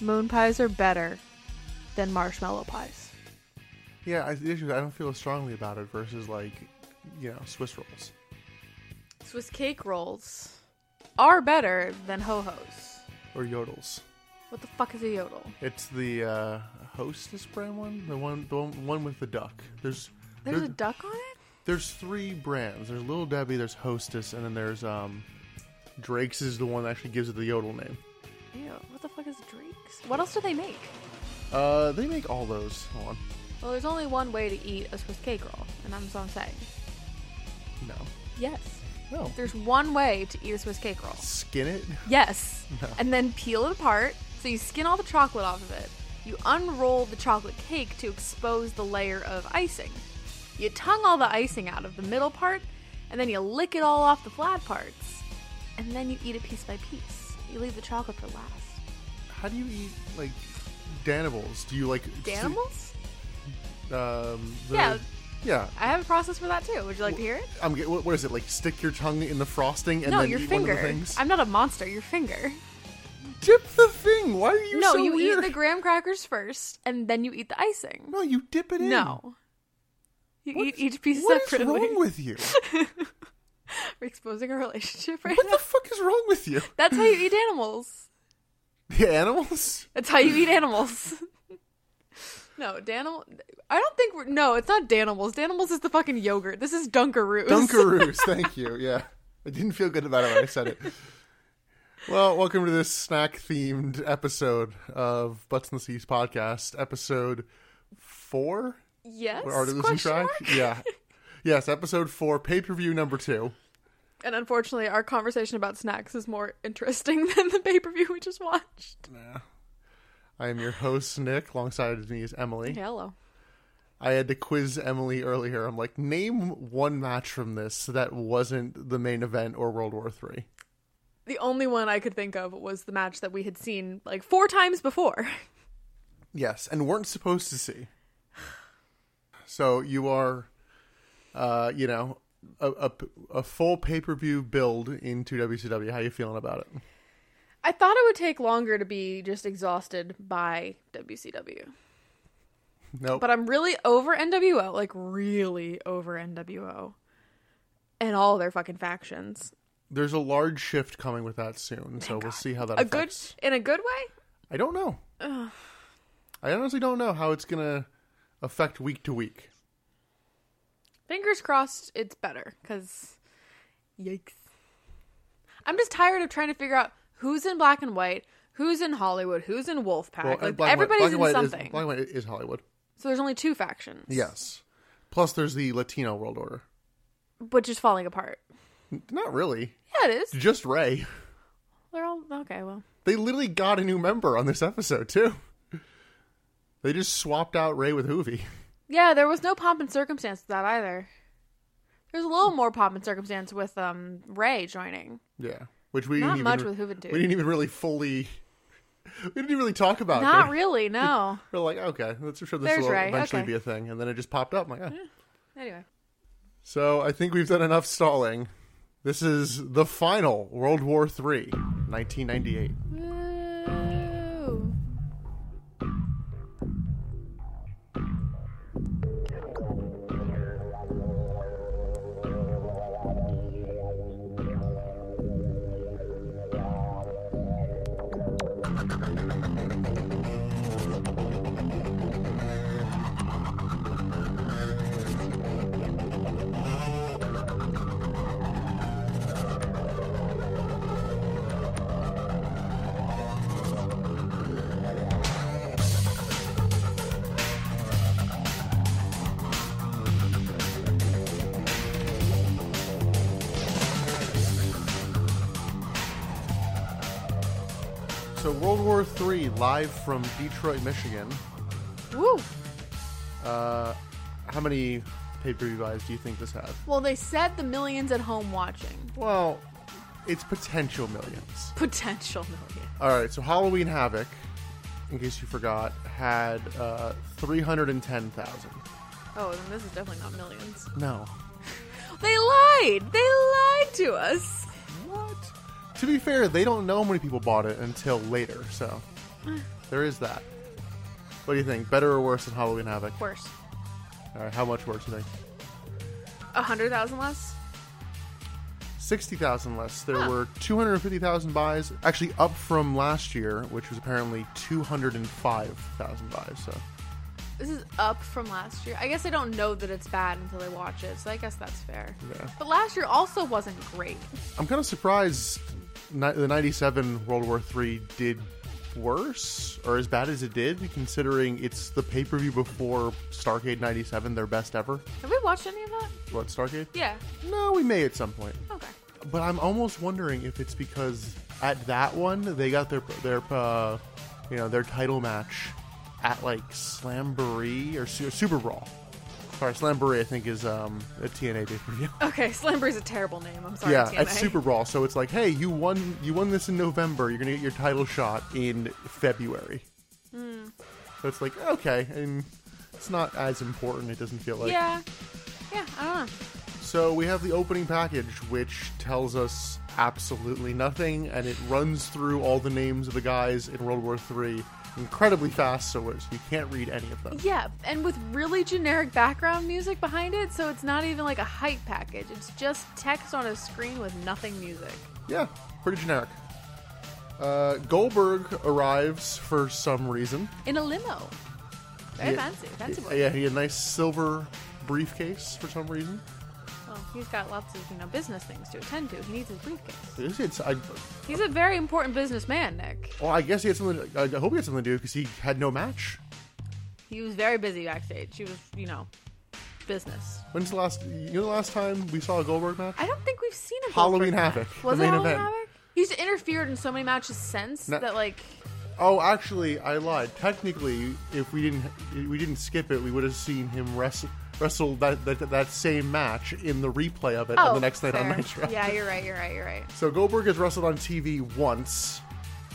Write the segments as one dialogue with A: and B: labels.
A: Moon pies are better than marshmallow pies.
B: Yeah, I, the issue is I don't feel as strongly about it versus like, you know, Swiss rolls.
A: Swiss cake rolls are better than ho hos.
B: or yodels.
A: What the fuck is a yodel?
B: It's the uh, Hostess brand one, the one, the one, one with the duck. There's
A: There's a
B: there-
A: duck on it?
B: there's three brands. There's Little Debbie, there's Hostess, and then there's um, Drake's is the one that actually gives it the yodel name.
A: Ew, what the fuck is Drakes? What else do they make?
B: Uh, they make all those. Hold on,
A: Well, there's only one way to eat a Swiss cake roll, and that's what I'm saying.
B: no,
A: Yes.
B: no,
A: There's one way to eat a Swiss cake roll.
B: skin it.
A: Yes. And then peel it apart. So you skin all the chocolate off of it. You unroll the chocolate cake to expose the layer of icing. You tongue all the icing out of the middle part, and then you lick it all off the flat parts. And then you eat it piece by piece. You leave the chocolate for last.
B: How do you eat like Danimals? Do you like
A: Danimals?
B: Um, the-
A: Yeah.
B: yeah.
A: I have a process for that too. Would you like to hear it?
B: I'm. get- What, what is it like? Stick your tongue in the frosting and
A: no,
B: then
A: your
B: eat
A: finger.
B: one of the things.
A: I'm not a monster. Your finger.
B: Dip the thing. Why are you
A: no,
B: so
A: you
B: weird?
A: eat the graham crackers first, and then you eat the icing.
B: no, you dip it in.
A: No. You
B: What
A: eat
B: is-
A: each piece
B: What is
A: separately.
B: wrong with you?
A: We're exposing our relationship right
B: What
A: now.
B: the fuck is wrong with you?
A: That's how you eat animals.
B: The animals?
A: That's how you eat animals. no, Danimal. I don't think we're. No, it's not Danimals. Danimals is the fucking yogurt. This is Dunkaroos.
B: Dunkaroos, thank you. Yeah. I didn't feel good about it when I said it. Well, welcome to this snack themed episode of Butts in the Seas podcast, episode four.
A: Yes.
B: We're already losing
A: question
B: track.
A: mark?
B: Yeah. Yes, episode four, pay per view number two.
A: And unfortunately, our conversation about snacks is more interesting than the pay per view we just watched.
B: I am your host, Nick. Alongside me is Emily.
A: Hello.
B: I had to quiz Emily earlier. I'm like, name one match from this that wasn't the main event or World War Three.
A: The only one I could think of was the match that we had seen like four times before.
B: Yes, and weren't supposed to see. So you are, uh, you know, a, a, a full pay per view build into WCW. How you feeling about it?
A: I thought it would take longer to be just exhausted by WCW.
B: Nope.
A: But I'm really over NWO, like really over NWO. And all their fucking factions.
B: There's a large shift coming with that soon, so we'll see how that
A: A good
B: affects.
A: in a good way?
B: I don't know. I honestly don't know how it's gonna affect week to week.
A: Fingers crossed it's better cuz yikes. I'm just tired of trying to figure out who's in black and white, who's in Hollywood, who's in Wolfpack.
B: Well,
A: like
B: and Black and White-
A: everybody's
B: Black and White
A: in
B: is-
A: something.
B: Black and White is Hollywood.
A: so there's only two factions.
B: Yes. Plus, there's the Latino world order.
A: Which is falling apart.
B: N- Not really.
A: Yeah, it is.
B: Just Ray.
A: They're all okay, well.
B: They literally got a new member on this episode too. They just swapped out Ray with Hoovy.
A: Yeah, there was no pomp and circumstance to that either. There's a little more pomp and circumstance with um Ray joining.
B: Yeah, which we
A: Not
B: didn't
A: much
B: even,
A: with Hooventude.
B: We didn't even really fully. We didn't even really talk about
A: Not
B: it.
A: really, no.
B: We're like, okay, let's sure this
A: There's
B: will
A: Ray,
B: eventually
A: okay.
B: be a thing, and then it just popped up. I'm like, oh.
A: anyway.
B: So I think we've done enough stalling. This is the final World War Three, 1998.
A: Woo.
B: So World War Three, live from Detroit, Michigan.
A: Woo.
B: Uh, how many pay-per-view buys do you think this had?
A: Well, they said the millions at home watching.
B: Well, it's potential millions.
A: Potential million.
B: All right, so Halloween Havoc, in case you forgot, had uh, 310,000.
A: Oh, then this is definitely not millions.
B: No.
A: They lied. They lied to us.
B: What? To be fair, they don't know how many people bought it until later, so There is that. What do you think? Better or worse than Halloween Havoc?
A: Worse.
B: All right, how much worse do you think?
A: A hundred thousand less.
B: Sixty thousand less. There were two hundred fifty thousand buys, actually up from last year, which was apparently two hundred and five thousand buys. So
A: This is up from last year. I guess I don't know that it's bad until I watch it, so I guess that's fair.
B: Yeah.
A: But last year also wasn't great.
B: I'm kind of surprised ni- the '97 World War III did worse or as bad as it did, considering it's the pay per view before Starcade '97, their best ever.
A: Have we watched any of that?
B: What Starcade?
A: Yeah.
B: No, we may at some point.
A: Okay.
B: But I'm almost wondering if it's because at that one they got their their uh, you know their title match at like Slamboree or Su- Super Brawl. Sorry, Slamboree I think is um, a TNA pay per view.
A: Okay, Slamboree is a terrible name. I'm sorry.
B: yeah,
A: TNA.
B: at Super Brawl. So it's like, hey, you won you won this in November. You're gonna get your title shot in February. So it's like okay, and it's not as important. It doesn't feel like
A: yeah. Yeah, I don't know.
B: so we have the opening package, which tells us absolutely nothing, and it runs through all the names of the guys in World War III incredibly fast, so it's- you can't read any of them.
A: Yeah, and with really generic background music behind it, so it's not even like a hype package. It's just text on a screen with nothing music.
B: Yeah, pretty generic. Uh, Goldberg arrives for some reason.
A: In a limo. Very
B: Yeah.
A: fancy. Fancy boy.
B: Yeah, he had a nice silver briefcase for some reason.
A: Well, he's got lots of, you know, business things to attend to. He needs his briefcase.
B: It's, it's, I,
A: He's a very important businessman, Nick.
B: well, I guess he had something. I hope he had something to do because he had no match.
A: He was very busy backstage. He was, you know, business.
B: When's the last? You know, the last time we saw a Goldberg match?
A: I don't think we've seen a
B: Halloween
A: Goldberg
B: Havoc,
A: match.
B: the
A: Was it
B: main
A: Halloween
B: event.
A: Havoc? He's interfered in so many matches since
B: No.
A: that, like,
B: Oh, actually, I lied. Technically, if we didn't we didn't skip it, we would have seen him wrestle wrestle that that, that same match in the replay of it
A: oh,
B: on the next night on
A: fair.
B: Nitro.
A: Yeah, you're right. You're right. You're right.
B: So Goldberg has wrestled on TV once,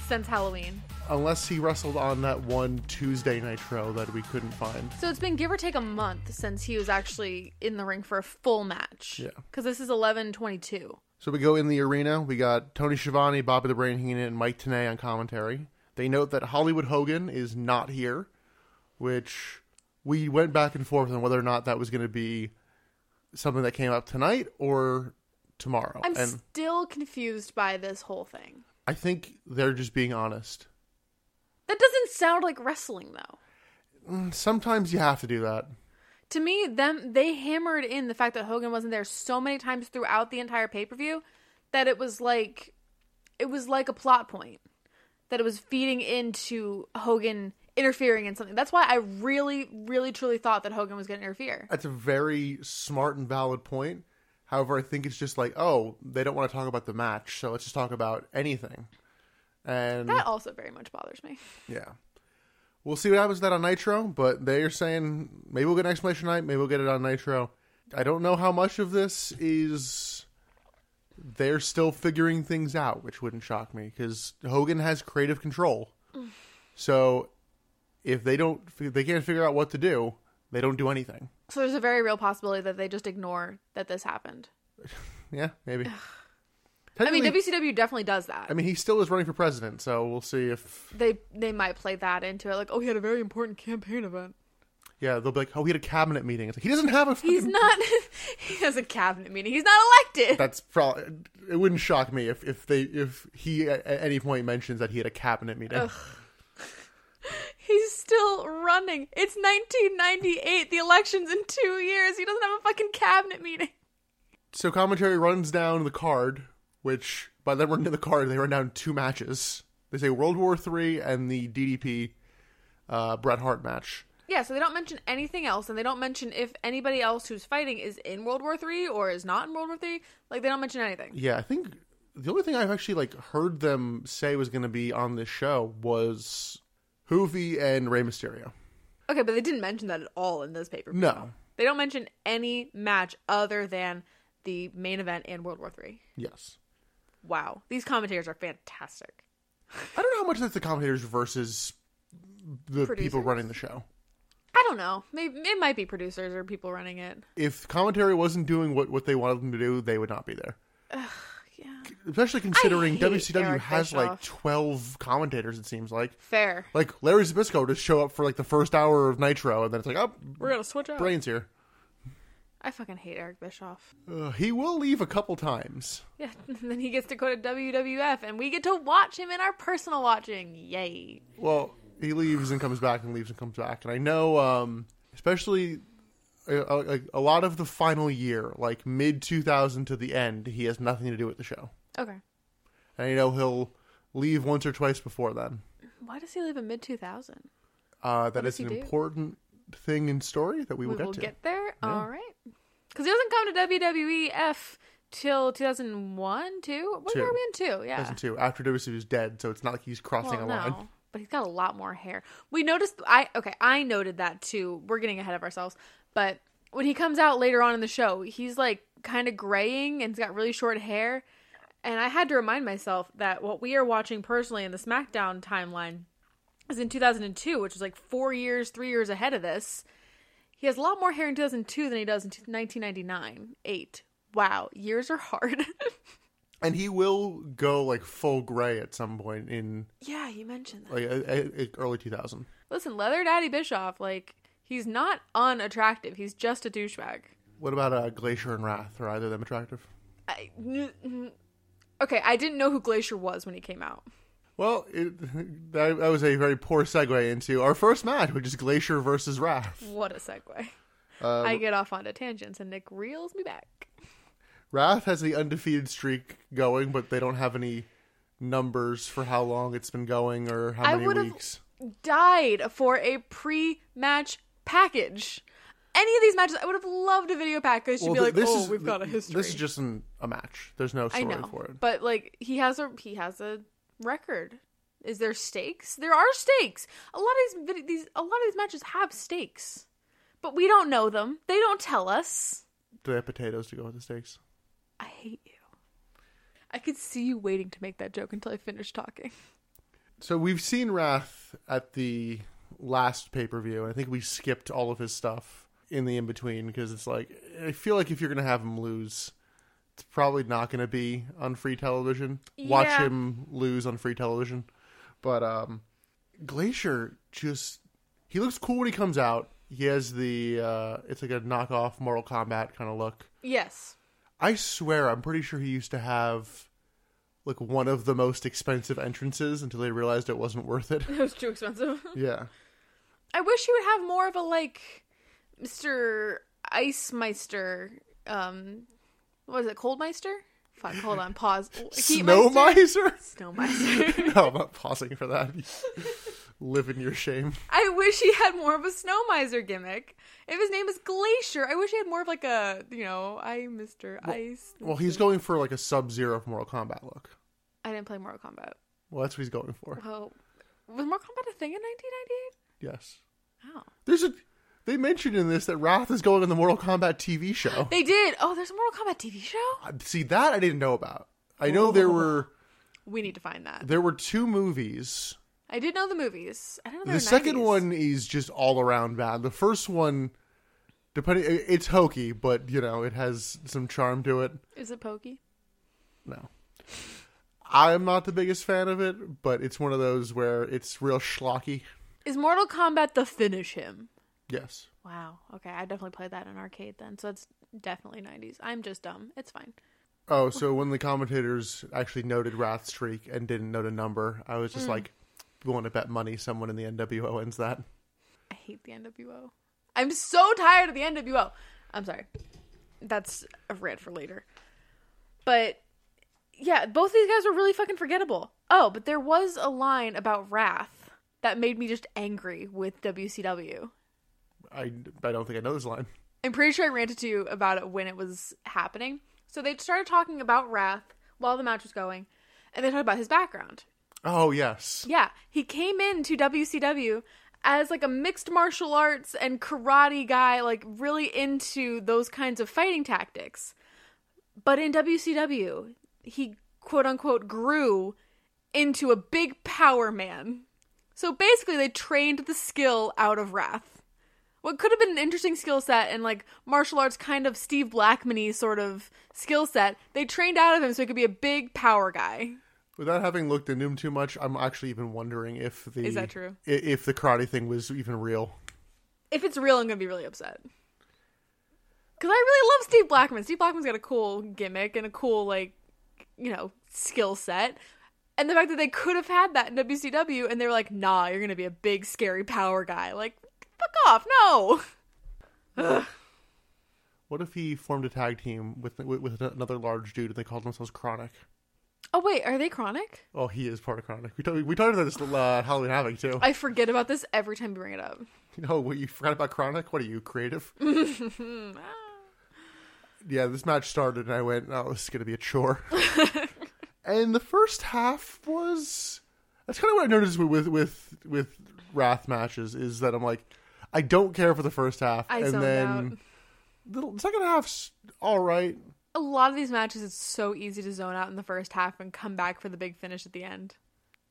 A: Since Halloween.
B: unless he wrestled on that one Tuesday Nitro that we couldn't find.
A: So it's been give or take a month since he was actually in the ring for a full match.
B: Yeah.
A: Because this is 11 22.
B: So we go in the arena. We got Tony Schiavone, Bobby the Brain Heenan, and Mike Tenay on commentary. They note that Hollywood Hogan is not here, which we went back and forth on whether or not that was going to be something that came up tonight or tomorrow.
A: I'm
B: and
A: still confused by this whole thing.
B: I think they're just being honest.
A: That doesn't sound like wrestling, though.
B: Sometimes you have to do that.
A: To me, them they hammered in the fact that Hogan wasn't there so many times throughout the entire pay per view that it was like it was like a plot point that it was feeding into Hogan interfering in something. That's why I really, really, truly thought that Hogan was going to interfere.
B: That's a very smart and valid point. However, I think it's just like, oh, they don't want to talk about the match, so let's just talk about anything. And
A: That also very much bothers me.
B: Yeah. We'll see what happens to that on Nitro, but they are saying maybe we'll get an explanation night, maybe we'll get it on Nitro. I don't know how much of this is they're still figuring things out, which wouldn't shock me because Hogan has creative control. So if they don't, if they can't figure out what to do, they don't do anything.
A: So there's a very real possibility that they just ignore that this happened.
B: Yeah, maybe.
A: I mean,
B: Technically-
A: WCW definitely does that.
B: I mean, he still is running for president, so we'll see if
A: they they might play that into it, like, oh, he had a very important campaign event.
B: yeah they'll be like, oh, he had a cabinet meeting. It's like he doesn't have a.
A: He's not. he has a cabinet meeting. He's not elected.
B: That's probably. It wouldn't shock me if if they if he at at any point mentions that he had a cabinet meeting.
A: He's still running. It's 1998. The election's in two years. He doesn't have a fucking cabinet meeting.
B: So commentary runs down the card, which by them running the card, they run down two matches. They say World War Three and the DDP uh, Bret Hart match.
A: Yeah, so they don't mention anything else, and they don't mention if anybody else who's fighting is in World War Three or is not in World War Three. Like they don't mention anything.
B: Yeah, I think the only thing I've actually like heard them say was going to be on this show was Hoovy and Rey Mysterio.
A: Okay, but they didn't mention that at all in this paper.
B: No.
A: They don't mention any match other than the main event and World War Three.
B: Yes.
A: Wow, these commentators are fantastic.
B: I don't know how much that's the commentators versus the people
A: Producers?
B: running the show.
A: I don't know. Maybe it might be producers or people running it.
B: if commentary wasn't doing what, what they wanted them to do, they would not be there.
A: Yeah.
B: Especially considering
A: hate
B: WCW
A: Eric
B: has like
A: Bischoff.
B: 12 commentators, it seems like.
A: Fair.
B: Like Larry Zabisco just show up for like the first hour of Nitro, and then it's like, oh,
A: We're gonna switch out.
B: brains here.
A: I fucking hate Eric Bischoff.
B: Uh, he will leave a couple times.
A: Yeah, and then he gets to go to WWF, and we get to watch him in our personal watching. Yay!
B: Well, he leaves and comes back and leaves and comes back. And I know, um, especially uh, uh, like a lot of the final year, like mid 2000 to the end, he has nothing to do with the show.
A: Okay.
B: And I know he'll leave once or twice before then.
A: Why does he leave in mid two thousand?
B: Uh, that
A: does
B: is
A: he
B: an
A: do?
B: important thing in story that we will
A: We
B: get
A: will
B: to.
A: get there. All right. Because he doesn't come to WWF till two thousand one, two. What
B: Two.
A: are we in two? Yeah.
B: 2002, after WCW's dead, so it's not like he's crossing
A: Well,
B: a line.
A: no, but he's got a lot more hair. We noticed. I okay. I noted that too. We're getting ahead of ourselves. But when he comes out later on in the show, he's like kind of graying and he's got really short hair. And I had to remind myself that what we are watching personally in the SmackDown timeline is in 2002, which was like four years, three years ahead of this. He has a lot more hair in 2002 than he does in 1999. Eight. Wow, years are hard.
B: And he will go like full gray at some point in
A: yeah, you mentioned that.
B: like uh, uh, early 2000.
A: Listen, Leather Daddy Bischoff, like, he's not unattractive. He's just a douchebag.
B: What about uh, Glacier and Wrath? Are either of them attractive?
A: I, okay, I didn't know who Glacier was when he came out.
B: Well, it, that, that was a very poor segue into our first match, which is Glacier versus Wrath.
A: What a segue.
B: Uh,
A: I get off onto tangents, and Nick reels me back.
B: Wrath has the undefeated streak going, but they don't have any numbers for how long it's been going or how
A: I
B: many
A: would've-
B: weeks.
A: Died for a pre match package. Any of these matches, I would have loved a video package to be
B: th-
A: like, oh, we've got a
B: th-
A: history.
B: This is just an, a match. There's no
A: I
B: story
A: know,
B: for it.
A: but like he has a he has a record. Is there stakes? There are stakes. A lot of these vid- these a lot of these matches have stakes, but we don't know them. They don't tell us.
B: Do they have potatoes to go with the steaks?
A: I hate you. I could see you waiting to make that joke until I finish talking.
B: So we've seen Wrath at the last pay per view. I think we skipped all of his stuff in the in between because it's like I feel like if you're gonna have him lose, it's probably not gonna be on free television. Watch
A: Yeah.
B: him lose on free television. But um Glacier just he looks cool when he comes out. He has the uh it's like a knockoff Mortal Kombat kind of look.
A: Yes,
B: I swear, I'm pretty sure he used to have like one of the most expensive entrances until they realized it wasn't worth it.
A: it was too expensive.
B: yeah.
A: I wish he would have more of a like Mister Icemeister. Um, what is it? Coldmeister. Fuck. Hold on. Pause.
B: Snow
A: Heatmeister?
B: miser?
A: Snowmeister.
B: no, I'm not pausing for that. Live in your shame.
A: I wish he had more of a snow miser gimmick. If his name is Glacier, I wish he had more of like a you know, I Mister Ice.
B: Well, he's going for like a sub zero Mortal Kombat look.
A: I didn't play Mortal Kombat.
B: Well, that's what he's going for.
A: Well, was Mortal Kombat a thing in 1998?
B: Yes.
A: Wow,
B: There's a. They mentioned in this that Wrath is going on the Mortal Kombat TV show.
A: they did. Oh, there's a Mortal Kombat TV show.
B: Uh, See, that I didn't know about. I know there were
A: We need to find that.
B: there were two movies
A: I did know the movies. I don't know
B: the second one is just all around bad. The first one, depending, i- it's hokey, but you know it has some charm to it.
A: is it Pokey?
B: No, I'm not the biggest fan of it, but it's one of those where it's real schlocky.
A: Is Mortal Kombat the finish him?
B: Yes,
A: Wow. Okay, I definitely played that in arcade then, so it's definitely 90s. I'm just dumb. It's fine.
B: Oh, so when the commentators actually noted Wrath Streak and didn't note a number, I was just like, "We want to bet money someone in the NWO wins that."
A: I hate the NWO. I'm so tired of the NWO. I'm sorry. That's a rant for later. But yeah, both these guys were really fucking forgettable. Oh, but there was a line about Wrath that made me just angry with WCW.
B: I I don't think I know this line.
A: I'm pretty sure I ranted to you about it when it was happening. So they started talking about Wrath while the match was going, and they talked about his background.
B: Oh yes,
A: Yeah, he came into WCW as like a mixed martial arts and karate guy, like really into those kinds of fighting tactics. But in WCW, he quote unquote grew into a big power man. So basically, they trained the skill out of Wrath, What could have been an interesting skill set and like martial arts kind of Steve Blackman sort of skill set, they trained out of him so he could be a big power guy.
B: Without having looked into him too much, I'm actually even wondering if the
A: Is that true?
B: i- If the karate thing was even real.
A: If it's real, I'm gonna be really upset. Cause I really love Steve Blackman. Steve Blackman's got a cool gimmick and a cool like, you know, skill set. And the fact that they could have had that in WCW and they were like, nah, you're gonna be a big scary power guy. Like, fuck off, no.
B: What if he formed a tag team with with, with another large dude and they called themselves Chronic?
A: Oh wait, are they chronic?
B: Oh, he is part of Chronic. We talked we talked about this uh, Halloween Havoc too.
A: I forget about this every time you bring it up.
B: You know, what you forgot about Chronic? What are you, creative?
A: Ah.
B: yeah, this match started and I went, oh, this is going to be a chore. and the first half was. That's kind of what I noticed with, with, with, with Wrath matches is that I'm like, I don't care for the first half.
A: I
B: and
A: zoned
B: then the second half's all right.
A: A lot of these matches, it's so easy to zone out in the first half and come back for the big finish at the end.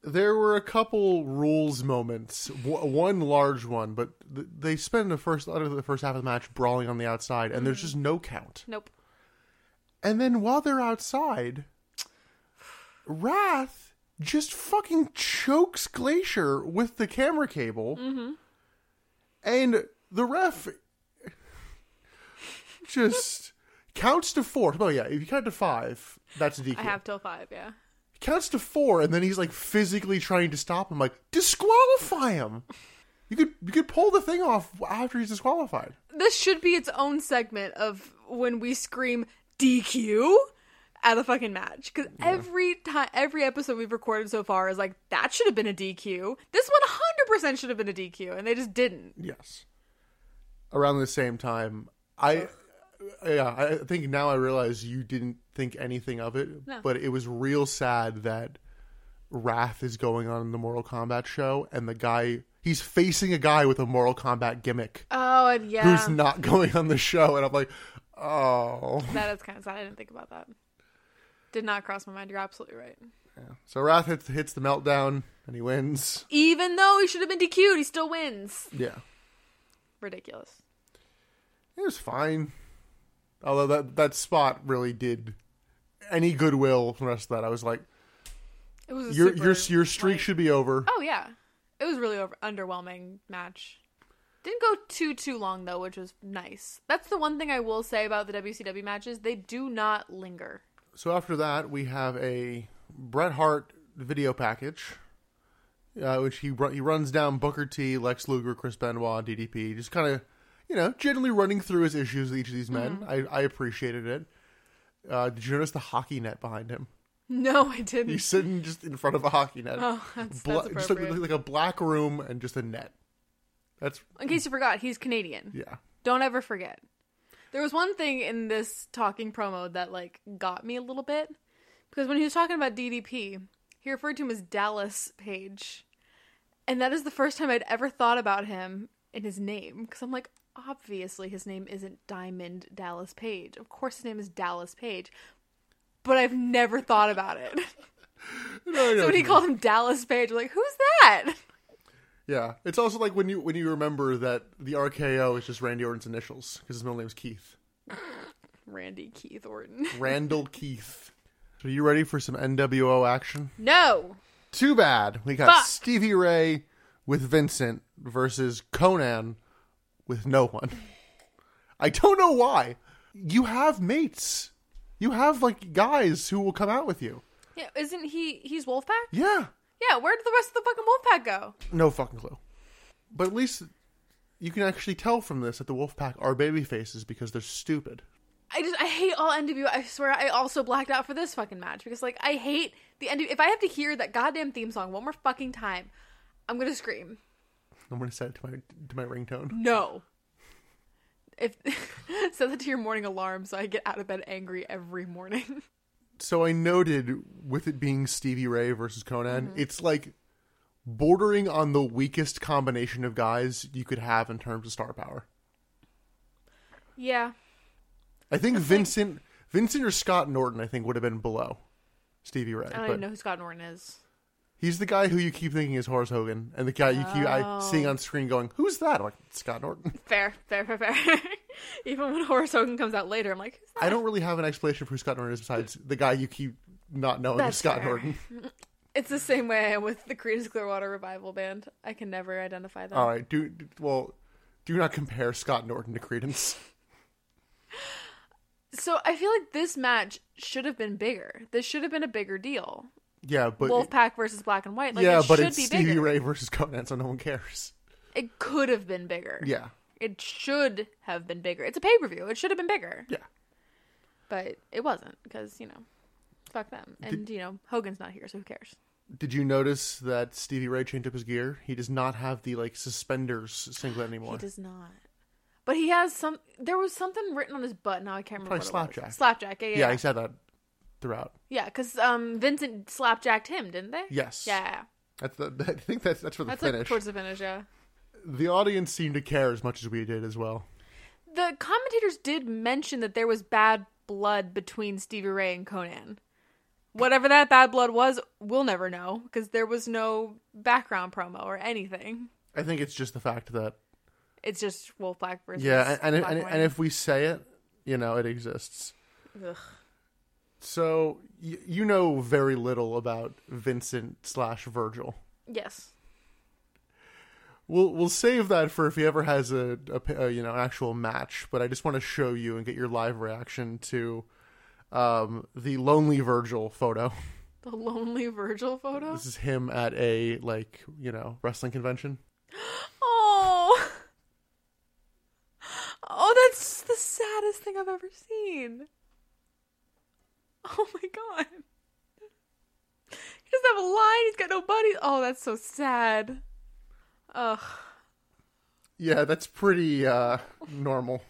B: There were a couple rules moments, w- one large one, but th- they spend the first, out of the first half of the match brawling on the outside, and
A: Mm.
B: there's just no count.
A: Nope.
B: And then while they're outside, Wrath just fucking chokes Glacier with the camera cable.
A: Mm-hmm.
B: And the ref just counts to four. Oh, yeah, if you count to five, that's a DQ.
A: I have till five, yeah.
B: Counts to four, and then he's like physically trying to stop him, like, disqualify him. You could you could pull the thing off after he's disqualified.
A: This should be its own segment of when we scream DQ at a fucking match. Because every time, every episode we've recorded so far is like, that should have been a DQ. This 100% should have been a DQ, and they just didn't.
B: Yes. Around the same time, I yeah, I think now I realize you didn't think anything of it,
A: No.
B: but it was real sad that Wrath is going on in the Mortal Kombat show and the guy he's facing a guy with a Mortal Kombat gimmick
A: Oh, and yeah.
B: who's not going on the show and I'm like, "Oh."
A: that is kind of sad. I didn't think about that. Did not cross my mind. You're absolutely right.
B: So Wrath hits, hits the meltdown and he wins.
A: Even though he should have been DQ'd, he still wins.
B: Yeah.
A: Ridiculous.
B: It was fine. Although that that spot really did any goodwill from the rest of that. I was like,
A: It was a
B: your
A: super
B: your your streak
A: light-
B: should be over.
A: Oh yeah, it was really over- underwhelming match. Didn't go too too long though, which was nice. That's the one thing I will say about the WCW matches; they do not linger.
B: So after that, we have a Bret Hart video package, uh, which he ru- he runs down Booker T, Lex Luger, Chris Benoit, DDP, just kind of you know generally running through his issues with each of these men. I, I appreciated it. Uh, did you notice the hockey net behind him?
A: No, I didn't.
B: He's sitting just in front of a hockey net,
A: Oh, that's,
B: Bla-
A: that's
B: just like,
A: appropriate.
B: like a black room and just a net. That's
A: In case you forgot, he's Canadian.
B: yeah.
A: Don't ever forget. There was one thing in this talking promo that like got me a little bit because when he was talking about DDP, he referred to him as Dallas Page. And that is the first time I'd ever thought about him in his name because I'm like obviously his name isn't Diamond Dallas Page. Of course his name is Dallas Page. But I've never thought about it.
B: No, I know
A: so when
B: what
A: he
B: you mean.
A: called him Dallas Page, I'm like, who's that?
B: Yeah, it's also like when you when you remember that the RKO is just Randy Orton's initials because his middle name is Keith.
A: Randy Keith Orton.
B: Randall Keith. So you ready for some NWO action?
A: No.
B: Too bad we got
A: Fuck.
B: Stevie Ray with Vincent versus Conan with no one. I don't know why. You have mates. You have like guys who will come out with you.
A: Yeah, isn't he he's Wolfpack?
B: Yeah.
A: Yeah, where did the rest of the fucking Wolfpack go?
B: No fucking clue. But at least you can actually tell from this that the Wolfpack are baby faces because they're stupid.
A: I just I hate all NWO. I swear I also blacked out for this fucking match because like I hate the NWO. If I have to hear that goddamn theme song one more fucking time, I'm gonna scream
B: I'm gonna set it to my to my ringtone.
A: no. If set that to your morning alarm so I get out of bed angry every morning.
B: So I noted with it being Stevie Ray versus Conan,
A: Mm-hmm.
B: it's like bordering on the weakest combination of guys you could have in terms of star power.
A: yeah,
B: I think Vincent Vincent or Scott Norton I think would have been below Stevie Ray.
A: I don't
B: but
A: even know who Scott Norton is.
B: He's the guy who you keep thinking is Horace Hogan, and the guy you keep
A: Oh.
B: I, seeing on screen going, "Who's that?" I'm like Scott Norton.
A: Fair, fair, fair, fair. Even when Horace Hogan comes out later, I'm like, who's that?
B: I don't really have an explanation for who Scott Norton is besides the guy you keep not knowing is
A: That's
B: Scott
A: fair.
B: Norton.
A: It's the same way I am with the Creedence Clearwater Revival Band. I can never identify them.
B: All right, do do- well. Do not compare Scott Norton to Credence.
A: So I feel like this match should have been bigger. This should have been a bigger deal.
B: Yeah, but
A: Wolfpack versus Black and White. Like,
B: yeah,
A: it
B: but
A: should
B: it's
A: be
B: Stevie
A: bigger.
B: Ray versus Conan, so no one cares.
A: It could have been bigger.
B: Yeah,
A: It should have been bigger. It's a pay per view. It should have been bigger.
B: yeah.
A: But it wasn't because, you know, fuck them. And, you know, Hogan's not here, so who cares?
B: Did you notice that Stevie Ray changed up his gear? He does not have the like suspenders singlet anymore.
A: He does not. But he has some. There was something written on his butt. Now I can't remember.
B: Probably
A: what it
B: Slapjack.
A: was. Slapjack. Yeah, yeah.
B: yeah,
A: yeah.
B: he said that throughout.
A: Yeah, because um, Vincent slapjacked him, didn't they?
B: Yes.
A: Yeah.
B: That's the, I think that's that's for the
A: That's like
B: finish.
A: towards the finish, yeah.
B: The audience seemed to care as much as we did as well.
A: The commentators did mention that there was bad blood between Stevie Ray and Conan. Whatever that bad blood was, we'll never know because there was no background promo or anything.
B: I think it's just the fact that
A: It's just Wolf Black versus
B: yeah, and and,
A: Black
B: and,
A: White.
B: and if we say it, you know, it exists.
A: Ugh.
B: So y- you know very little about Vincent slash Virgil.
A: yes,
B: We'll we'll save that for if he ever has a, a, a you know an actual match. But I just want to show you and get your live reaction to um, the lonely Virgil photo.
A: the lonely Virgil photo.
B: This is him at a like you know wrestling convention.
A: Oh, oh, that's the saddest thing I've ever seen. Oh my god, he doesn't have a line. He's got no buddies. Oh, that's so sad. Ugh.
B: Yeah, that's pretty uh, normal.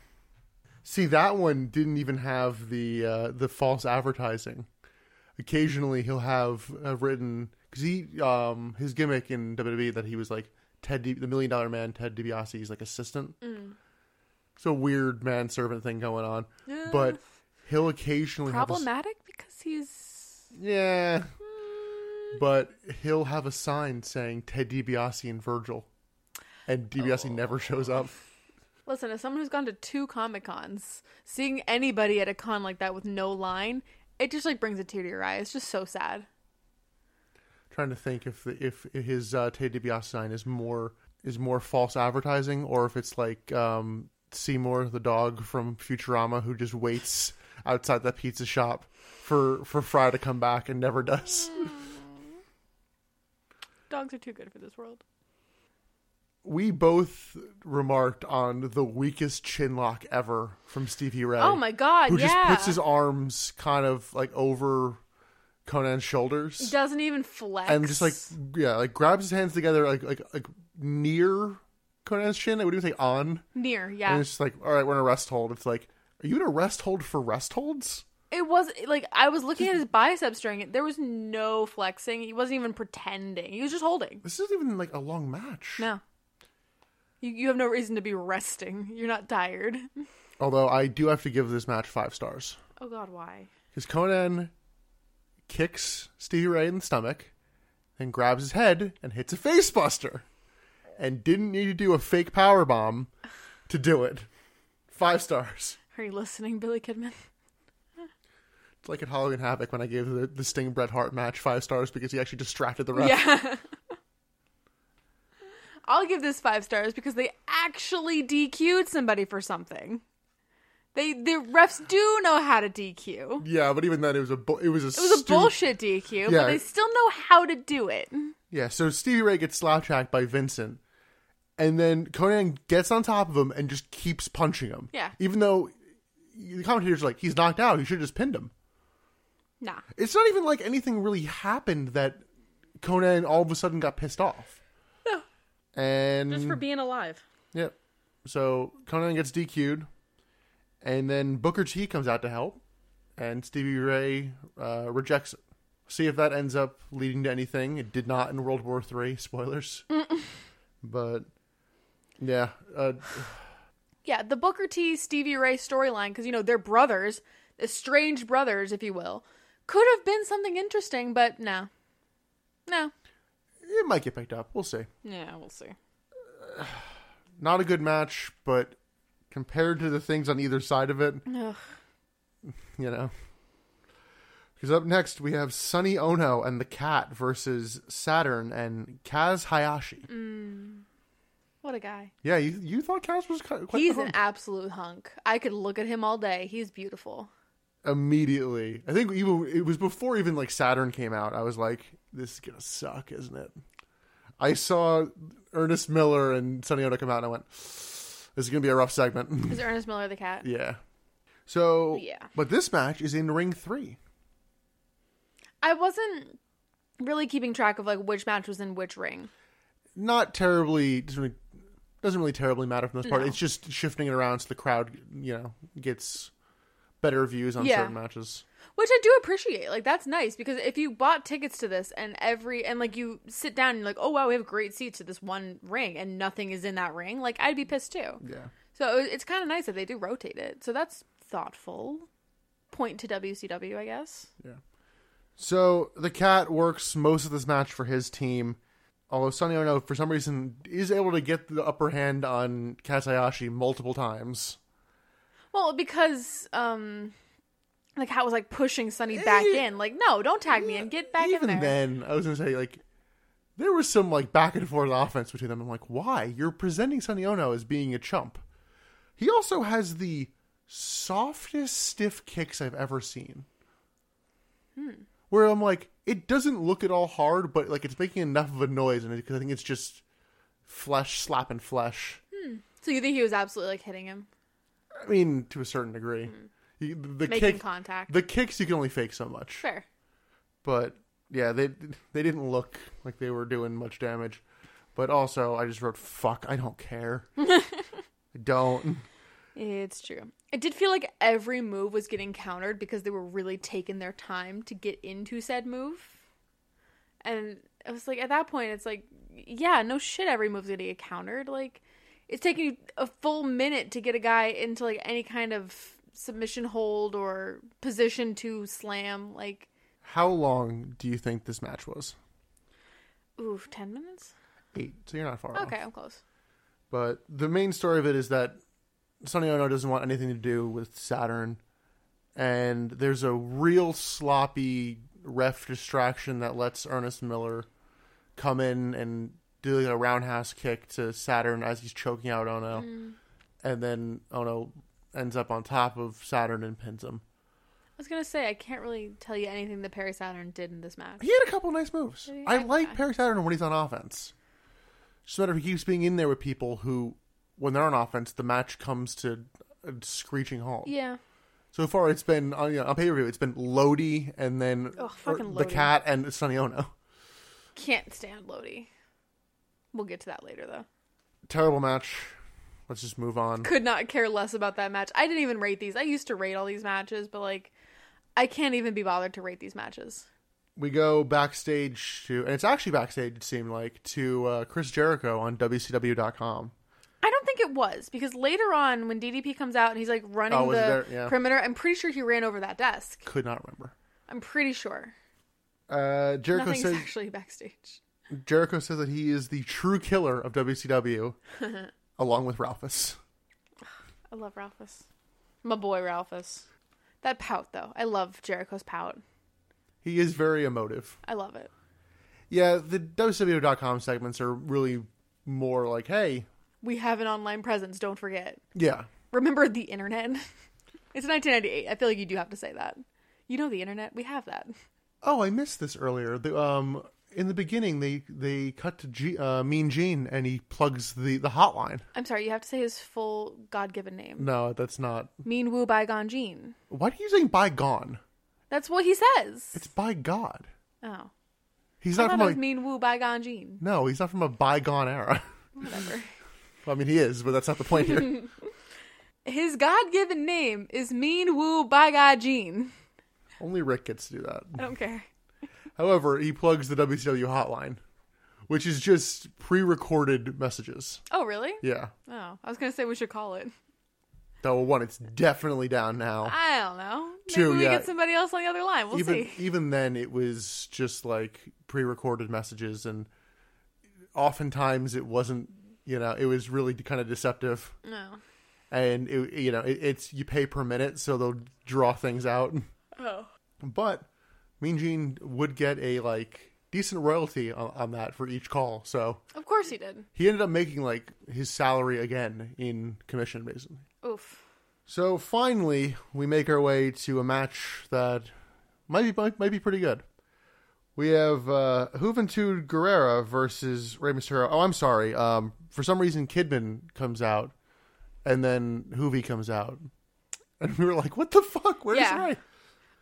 B: See, that one didn't even have the uh, the false advertising. Occasionally, he'll have uh, written because he um, his gimmick in WWE that he was like Ted Di- the Million Dollar Man, Ted DiBiase's like assistant. It's a weird manservant thing going on, but he'll occasionally have a s-
A: problematic because he's
B: yeah, but he'll have a sign saying Ted DiBiase and Virgil, and DiBiase E never shows up.
A: Listen, as someone who's gone to two Comic Cons, seeing anybody at a con like that with no line, it just like brings a tear to your eye. It's just so sad.
B: trying to think if the, if his uh, Ted DiBiase sign is more is more false advertising or if it's like um, Seymour the dog from Futurama who just waits outside that pizza shop for for Fry to come back and never does.
A: Dogs are too good for this world.
B: We both remarked on the weakest chin lock ever from Stevie Ray.
A: Oh my god,
B: who
A: yeah.
B: just puts his arms kind of like over Conan's shoulders.
A: doesn't even flex.
B: and just like yeah, like grabs his hands together, like like like near Conan's chin. I would even say on,
A: near,
B: and
A: yeah.
B: it's just like all right, we're in a rest hold. It's like, are you in a rest hold for rest holds?
A: It was like I was looking at his biceps during it. There was no flexing. He wasn't even pretending. He was just holding.
B: This isn't even like a long match.
A: No. You you have no reason to be resting. You're not tired.
B: Although I do have to give this match five stars
A: Oh god, why?
B: because Conan kicks Stevie Ray in the stomach, then grabs his head and hits a face buster, and didn't need to do a fake power bomb to do it. Five stars.
A: Are you listening, Billy Kidman?
B: It's like at Halloween Havoc when I gave the, the Sting Bret Hart match five stars because he actually distracted the ref.
A: Yeah. I'll give this five stars because they actually DQ'd somebody for something. They the refs do know how to DQ.
B: Yeah, but even then, it was a bu- it was a
A: It was a bullshit DQ,
B: Yeah.
A: but they still know how to do it.
B: Yeah, so Stevie Ray gets slapjacked by Vincent, and then Conan gets on top of him and just keeps punching him.
A: Yeah.
B: even though the commentators are like he's knocked out, he should have just pinned him.
A: Nah.
B: It's not even like anything really happened that Conan all of a sudden got pissed off.
A: No.
B: And
A: being alive.
B: Yep. So Conan gets DQ'd, and then Booker T comes out to help, and Stevie Ray uh, rejects it. See if that ends up leading to anything. It did not in World War Three. Spoilers. But yeah, uh,
A: Yeah, the Booker T Stevie Ray storyline, because you know they're brothers, estranged brothers, if you will, could have been something interesting, but no, no,
B: it might get picked up. We'll see.
A: Yeah, we'll see.
B: Not a good match, but compared to the things on either side of it,
A: Ugh.
B: you know. Because up next we have Sonny Ono and the Cat versus Saturn and Kaz Hayashi.
A: What a guy.
B: Yeah, you you thought Kaz was quite quite
A: He's
B: the
A: an
B: hunk.
A: absolute hunk. I could look at him all day. He's beautiful.
B: immediately. I think even it was before even like Saturn came out. I was like, this is gonna suck, isn't it? I saw Ernest Miller and Sonny Ono come out, and I went, this is gonna be a rough segment.
A: Is Ernest Miller the cat?
B: yeah. So
A: Yeah.
B: but this match is in Ring Three.
A: I wasn't really keeping track of like which match was in which ring.
B: not terribly doesn't really, doesn't really terribly matter from this part.
A: No.
B: It's just shifting it around so the crowd, you know, gets better views on
A: Yeah.
B: certain matches.
A: Which I do appreciate. Like that's nice because if you bought tickets to this and every and like you sit down and you're like, "Oh wow, we have great seats to this one ring and nothing is in that ring." Like I'd be pissed too.
B: Yeah.
A: So it- it's kind of nice that they do rotate it. So that's thoughtful. Point to WCW, I guess.
B: So the cat works most of this match for his team. Although Sonny Ono, for some reason, is able to get the upper hand on Kazayashi multiple times.
A: Well, because um like how it was like pushing Sunny back in. Like, "No, don't tag me in. Get back
B: Eh, Even
A: in there."
B: then, I was going to say, like, there was some, like, back and forth offense between them. I'm like, why? You're presenting Sonny Ono as being a chump. He also has the softest stiff kicks I've ever seen.
A: Hmm.
B: Where I'm like, it doesn't look at all hard, but, like, it's making enough of a noise, and because I think it's just flesh slapping flesh.
A: So you think he was absolutely like hitting him,
B: I mean, to a certain degree. You- The, the,
A: Hmm. making
B: kick,
A: contact?
B: the kicks you can only fake so much.
A: Fair.
B: but yeah, they they didn't look like they were doing much damage. But also, I just wrote "fuck." I don't care. I don't.
A: It's true. It did feel like every move was getting countered because they were really taking their time to get into said move. And I was like, at that point, it's like, yeah, no shit, every move's gonna get countered. Like, it's taking you a full minute to get a guy into like any kind of submission hold or position to slam. Like,
B: How long do you think this match was?
A: ooh, ten minutes.
B: Eight. So you're not far off.
A: Okay, I'm close.
B: But the main story of it is that Sonny Ono doesn't want anything to do with Saturn, and there's a real sloppy ref distraction that lets Ernest Miller come in and do like a roundhouse kick to Saturn as he's choking out Ono, and then Ono ends up on top of Saturn and pins him.
A: I was gonna say I can't really tell you anything that Perry Saturn did in this match.
B: He had a couple nice moves.
A: Yeah,
B: I
A: yeah.
B: like Perry Saturn when he's on offense. Just a matter if he keeps being in there with people who, when they're on offense, the match comes to a screeching halt.
A: Yeah.
B: So far, it's been on, you know, on pay per view. It's been Lodi and then
A: Ugh,
B: or
A: fucking
B: the
A: Lodi.
B: cat and Sonny Ono.
A: Can't stand Lodi. We'll get to that later, though.
B: Terrible match. Let's just move on.
A: Could not care less about that match. I didn't even rate these. I used to rate all these matches, but like, I can't even be bothered to rate these matches.
B: We go backstage to, and it's actually backstage. It seemed like to uh, Chris Jericho on WCW.com.
A: I don't think it was because later on, when DDP comes out and he's like running
B: Oh, was
A: the
B: there- yeah.
A: perimeter, I'm pretty sure he ran over that desk.
B: Could not remember.
A: I'm pretty sure.
B: Uh, Jericho
A: Nothing's
B: says
A: actually backstage.
B: Jericho says that he is the true killer of WCW, along with Ralphus.
A: I love Ralphus. My boy Ralphus. That pout though. I love Jericho's pout.
B: He is very emotive.
A: I love it.
B: Yeah, the WCW.com segments are really more like, hey,
A: We have an online presence, don't forget.
B: yeah,
A: remember the internet. it's 1998. I feel like you do have to say that. You know the internet. We have that.
B: Oh, I missed this earlier. The, um, in the beginning, they they cut to G, uh, Mean Gene, and he plugs the the hotline.
A: I'm sorry. You have to say his full God-given name.
B: No, that's not.
A: Mean Woo Bygone Gene.
B: Why do you saying by gone?
A: That's what he says.
B: It's by God.
A: Oh,
B: He's
A: I
B: not
A: thought
B: from
A: it
B: a
A: was Mean Woo Bygone Gene.
B: no. He's not from a bygone era.
A: Whatever.
B: I mean, he is, but that's not the point here.
A: his God-given name is Mean Woo Bygone Gene.
B: Only Rick gets to do that.
A: I don't care.
B: However, he plugs the WCW hotline, which is just pre-recorded messages.
A: Oh, really?
B: Yeah.
A: Oh, I was gonna say we should call it.
B: That one, it's definitely down now.
A: I don't know. Maybe
B: Oh. True,
A: we
B: yeah.
A: get somebody else on the other line. Ah, We'll
B: even
A: see.
B: even then, it was just like pre-recorded messages and oftentimes it wasn't. You know, it was really kind of deceptive,
A: No.
B: and it, you know, it, it's you pay per minute, so they'll draw things out.
A: Oh.
B: But Mean Gene would get a like decent royalty on, on that for each call, so
A: Of course he did.
B: he ended up making like his salary again in commission, basically.
A: Oof.
B: So finally, we make our way to a match that might be might, might be pretty good. We have uh, Juventud Guerrera versus Rey Mysterio. Oh, I'm sorry. Um, for some reason, Kidman comes out, and then Hoovy comes out, and we were like, "What the fuck? Where's
A: Yeah.
B: Rey?"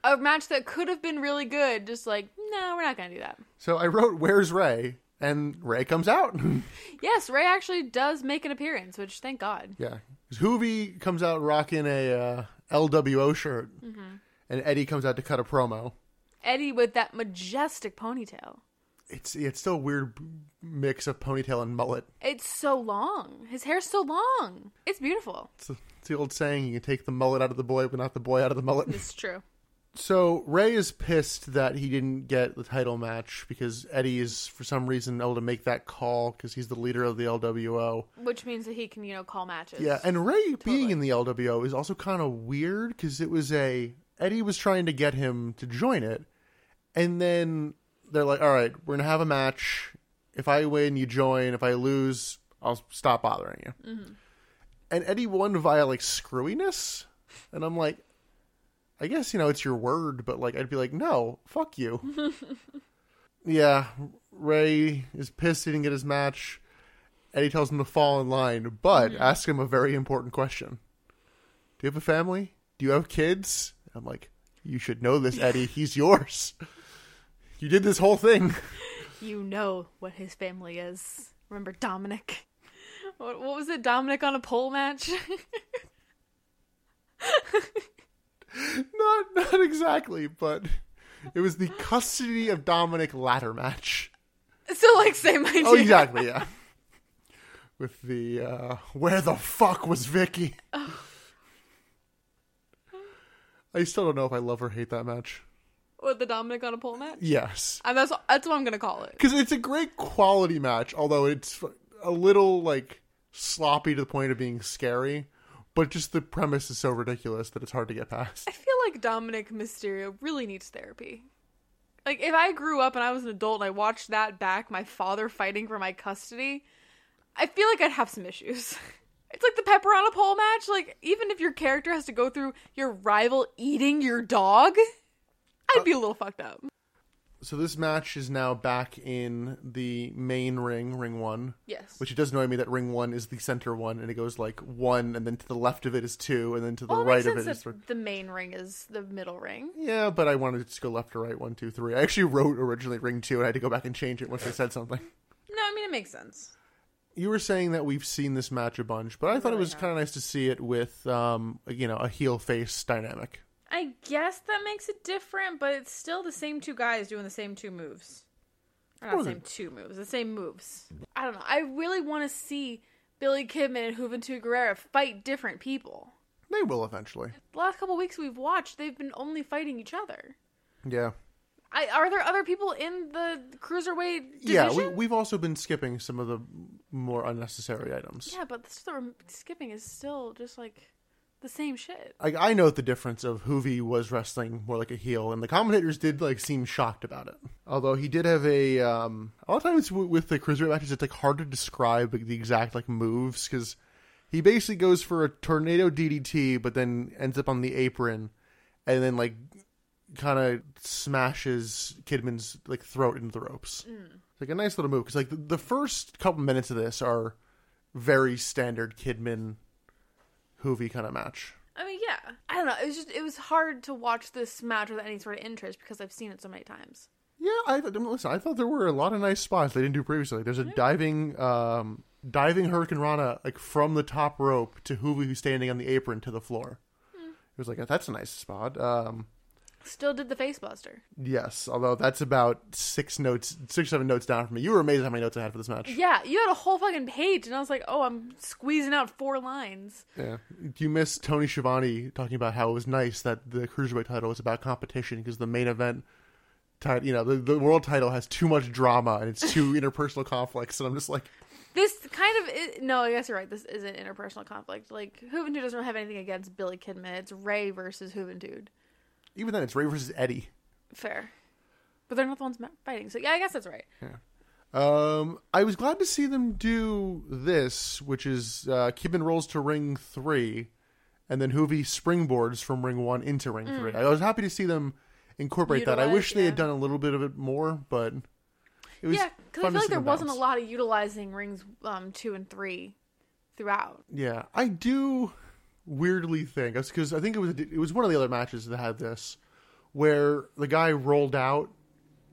A: A match that could have been really good, just like, no, we're not going to do that.
B: So I wrote, "Where's Rey?" and Rey comes out.
A: Yes, Ray actually does make an appearance, which thank God.
B: yeah, 'Cause Hoovy comes out rocking a uh, LWO shirt, and Eddie comes out to cut a promo.
A: Eddie with that majestic ponytail.
B: it's it's still a weird mix of ponytail and mullet.
A: It's so long. His hair's so long. It's beautiful.
B: It's, it's the old saying: you can take the mullet out of the boy, but not the boy out of the mullet.
A: It's true.
B: so Ray is pissed that he didn't get the title match because Eddie is for some reason able to make that call because he's the leader of the LWO.
A: Which means that he can, you know, call matches.
B: Yeah, and Ray being in the LWO is also kind of weird because it was a Eddie was trying to get him to join it, and then they're like, "All right, we're gonna have a match. If I win, you join. If I lose, I'll stop bothering you." And Eddie won via like screwiness, and I'm like, I guess you know it's your word, but like I'd be like, no, fuck you. yeah, Ray is pissed he didn't get his match. Eddie tells him to fall in line, but ask him a very important question. Do you have a family? Do you have kids? I'm like, you should know this, Eddie. He's yours. You did this whole thing.
A: You know what his family is. Remember Dominic? What, what was it? Dominic on a pole match?
B: not not exactly, but it was the custody of Dominic ladder match.
A: so, like, same idea.
B: Oh, exactly, yeah. With the uh, where the fuck was Vicky? I still don't know if I love or hate that match.
A: With the Dominic on a pole match?
B: Yes,
A: And that's, that's what I'm going to call it.
B: because it's a great quality match, although it's a little like sloppy to the point of being scary. But just the premise is so ridiculous that it's hard to get past.
A: I feel like Dominic Mysterio really needs therapy. Like, if I grew up and I was an adult and I watched that back, my father fighting for my custody, I feel like I'd have some issues. It's like the pepper on a pole match. Like, even if your character has to go through your rival eating your dog, I'd be a little fucked up.
B: So this match is now back in the main ring, ring one.
A: Yes.
B: Which it does annoy me that ring one is the center one, and it goes like one, and then to the left of it is two, and then to the
A: well, it
B: right
A: makes
B: of
A: sense
B: it is three.
A: that the main ring is the middle ring.
B: Yeah, but I wanted it to go left to right, one, two, three. I actually wrote originally ring two, and I had to go back and change it once I said something.
A: No, I mean, it makes sense.
B: You were saying that we've seen this match a bunch, but I thought it
A: really
B: was
A: have.
B: kind of nice to see it with, um, you know, a heel face dynamic.
A: I guess that makes it different, but it's still the same two guys doing the same two moves. Or not the same
B: wasn't-
A: two moves, the same moves. I don't know. I really want to see Billy Kidman and Juventud Guerrera fight different people.
B: They will eventually.
A: The last couple weeks we've watched, they've been only fighting each other.
B: Yeah.
A: I, are there other people in the cruiserweight division?
B: Yeah, we, we've also been skipping some of the more unnecessary items.
A: yeah, but this, the skipping is still just like the same shit.
B: I, I note the difference of Hoovy was wrestling more like a heel, and the commentators did like seem shocked about it. Although he did have a um, a lot of times w- with the cruiserweight matches, it's like hard to describe like, the exact like moves because he basically goes for a tornado DDT, but then ends up on the apron, and then like kind of smashes Kidman's like throat into the ropes. It's like a nice little move because like the, the first couple minutes of this are very standard Kidman Hoovy kind of match.
A: I mean, yeah. I don't know. It was just it was hard to watch this match with any sort of interest because I've seen it so many times.
B: Yeah, I th- I mean, listen. I thought there were a lot of nice spots they didn't do previously. Like, there's a diving, um, diving Hurricane Rana like from the top rope to Hoovy who's standing on the apron to the floor. It was like that's a nice spot. Um,
A: Still did the face buster.
B: yes, although that's about six notes, six seven notes down from me. You were amazed how many notes I had for this match.
A: Yeah, you had a whole fucking page, and I was like, oh, I'm squeezing out four lines.
B: Yeah, you missed Tony Schiavone talking about how it was nice that the cruiserweight title was about competition because the main event title. You know, the, the world title has too much drama and it's too interpersonal conflicts, and I'm just like,
A: This kind of i no, I guess you're right. This isn't interpersonal conflict. Like Juventud doesn't have anything against Billy Kidman. It's Ray versus Juventud.
B: even then, it's Ray versus Eddie.
A: Fair, but they're not the ones ma- fighting. So yeah, I guess that's right.
B: Um, I was glad to see them do this, which is uh, Kidman rolls to ring three, and then Hoovy springboards from ring one into ring three. I was happy to see them incorporate that. I
A: Hmm. Utilize,
B: wish they had
A: yeah.
B: done a little bit of it more, but it was
A: Yeah, because I feel
B: fun to
A: like
B: see
A: there
B: them
A: wasn't a
B: bounce.
A: lot of utilizing rings um, two and three throughout.
B: Yeah, I do weirdly think because I think it was it was one of the other matches that had this where the guy rolled out